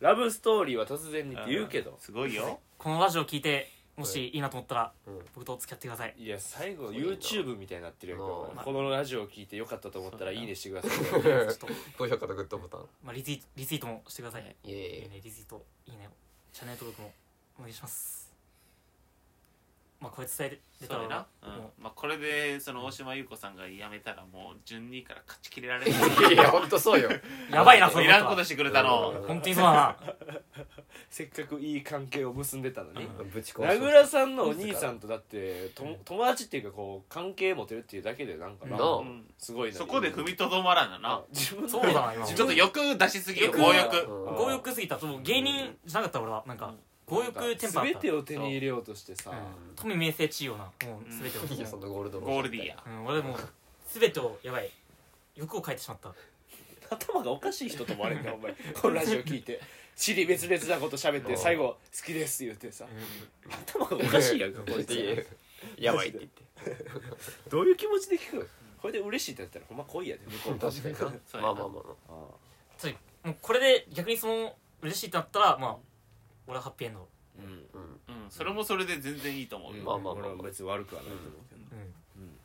Speaker 1: ラブストーリーは突然にって言うけど
Speaker 4: すごいよ
Speaker 3: このラジオ聞いてもしいいなと思ったら
Speaker 2: うん
Speaker 3: 僕と付き合ってくだ
Speaker 2: (laughs)
Speaker 3: さい
Speaker 1: いや最後
Speaker 2: いいな
Speaker 1: YouTube みたいになってるよ
Speaker 2: うん
Speaker 1: このラジオを聞いてよかったと思ったら「いいね」してください
Speaker 3: ちょっと、
Speaker 2: 高評価とグッドボタン
Speaker 3: まあ、リツイートリツイートもしてください
Speaker 2: いやいや
Speaker 3: い
Speaker 2: い
Speaker 3: い
Speaker 2: や
Speaker 3: ねリツイートいいねチャンネル登録もお願いしますまあこれ伝えれた
Speaker 4: そう
Speaker 3: ら
Speaker 4: やな、うん
Speaker 3: も
Speaker 4: まあ、これでその大島優子さんが辞めたらもう順位から勝ちきれ (laughs) られない
Speaker 2: いや本当そうよ
Speaker 3: うやばいなそう
Speaker 4: い
Speaker 3: いう
Speaker 4: らん
Speaker 3: こ
Speaker 4: ことと
Speaker 3: は
Speaker 4: してくれたの
Speaker 3: 本当にそうだな
Speaker 1: せっかくいい関係を結んでたのに
Speaker 2: ぶち壊
Speaker 1: 名倉さんのお兄さんとだってとも友達っていうかこう関係持てるっていうだけでなんかな
Speaker 2: なあ
Speaker 4: うん
Speaker 1: すごいな
Speaker 4: そこで踏みとどまらんなな
Speaker 1: 自分の
Speaker 3: そうだな今
Speaker 1: 自
Speaker 4: ちょ
Speaker 1: 分
Speaker 4: っと
Speaker 1: の
Speaker 4: 欲出しすぎよ
Speaker 3: 欲
Speaker 4: 強
Speaker 2: う
Speaker 4: 欲
Speaker 2: ん
Speaker 3: 強欲すぎたちょっと芸人じゃなかった俺はなんか強欲テンパだっ
Speaker 1: 全
Speaker 3: た
Speaker 1: てを手に入れようとしてさ
Speaker 3: うん富名声地位をなもう全てを、
Speaker 2: いいよそんなゴールド
Speaker 4: ゴールディや
Speaker 3: うん、俺もう全てをやばい欲を変えてしまった
Speaker 1: 頭がおかしい人と思われるなお前このラジオ聞いて尻滅裂なこと喋って最後「好きです」言ってさ頭がおかしいや
Speaker 2: (laughs)
Speaker 1: んかこいつ
Speaker 2: やばいって言って
Speaker 1: どういう気持ちで聞くこれで嬉しいってなったらほんま恋やで向こうも
Speaker 2: 確かに
Speaker 4: そ
Speaker 2: な
Speaker 4: うやな
Speaker 2: まあまあまあま
Speaker 1: あ
Speaker 3: つまりもうこれで逆にその嬉しいってなったらまあ俺はハッピーエンド、
Speaker 1: あうん
Speaker 2: あうん
Speaker 4: うんそれもそれで全然いいと思うよ、
Speaker 2: まあまあまあ
Speaker 1: 俺は別に悪くはないと思うけど
Speaker 3: うん
Speaker 1: うん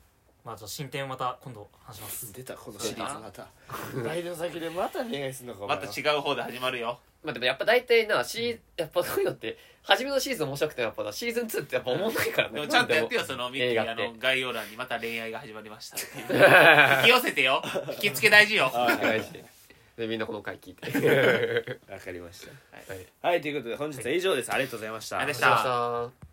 Speaker 3: まあちょっと進展をまた今度話します
Speaker 1: 出たこのシリーズまたライド先でまた恋愛するのかお前
Speaker 4: ま
Speaker 1: は
Speaker 4: た違う方で始まるよ
Speaker 2: まあでもやっぱ大体なシーやっぱそういうのって初めのシーズン面白くてやっぱなシーズン2ってやっぱ思んないから
Speaker 4: で
Speaker 2: ね
Speaker 4: もちゃんとやってよそのミッキ
Speaker 2: 映
Speaker 4: ー
Speaker 2: 画
Speaker 4: あ
Speaker 2: って
Speaker 4: の概要欄にまた恋愛が始まりましたっていう引き寄せてよ引きつけ大
Speaker 2: (laughs)
Speaker 4: 事よ
Speaker 1: はいはい
Speaker 2: 大事で (laughs) でみんなこの回聞 (laughs) いてはい
Speaker 1: わかりました
Speaker 2: あり
Speaker 1: はいということで本日は以上ですありがとうございました
Speaker 4: ありがとうございました
Speaker 2: がとうございました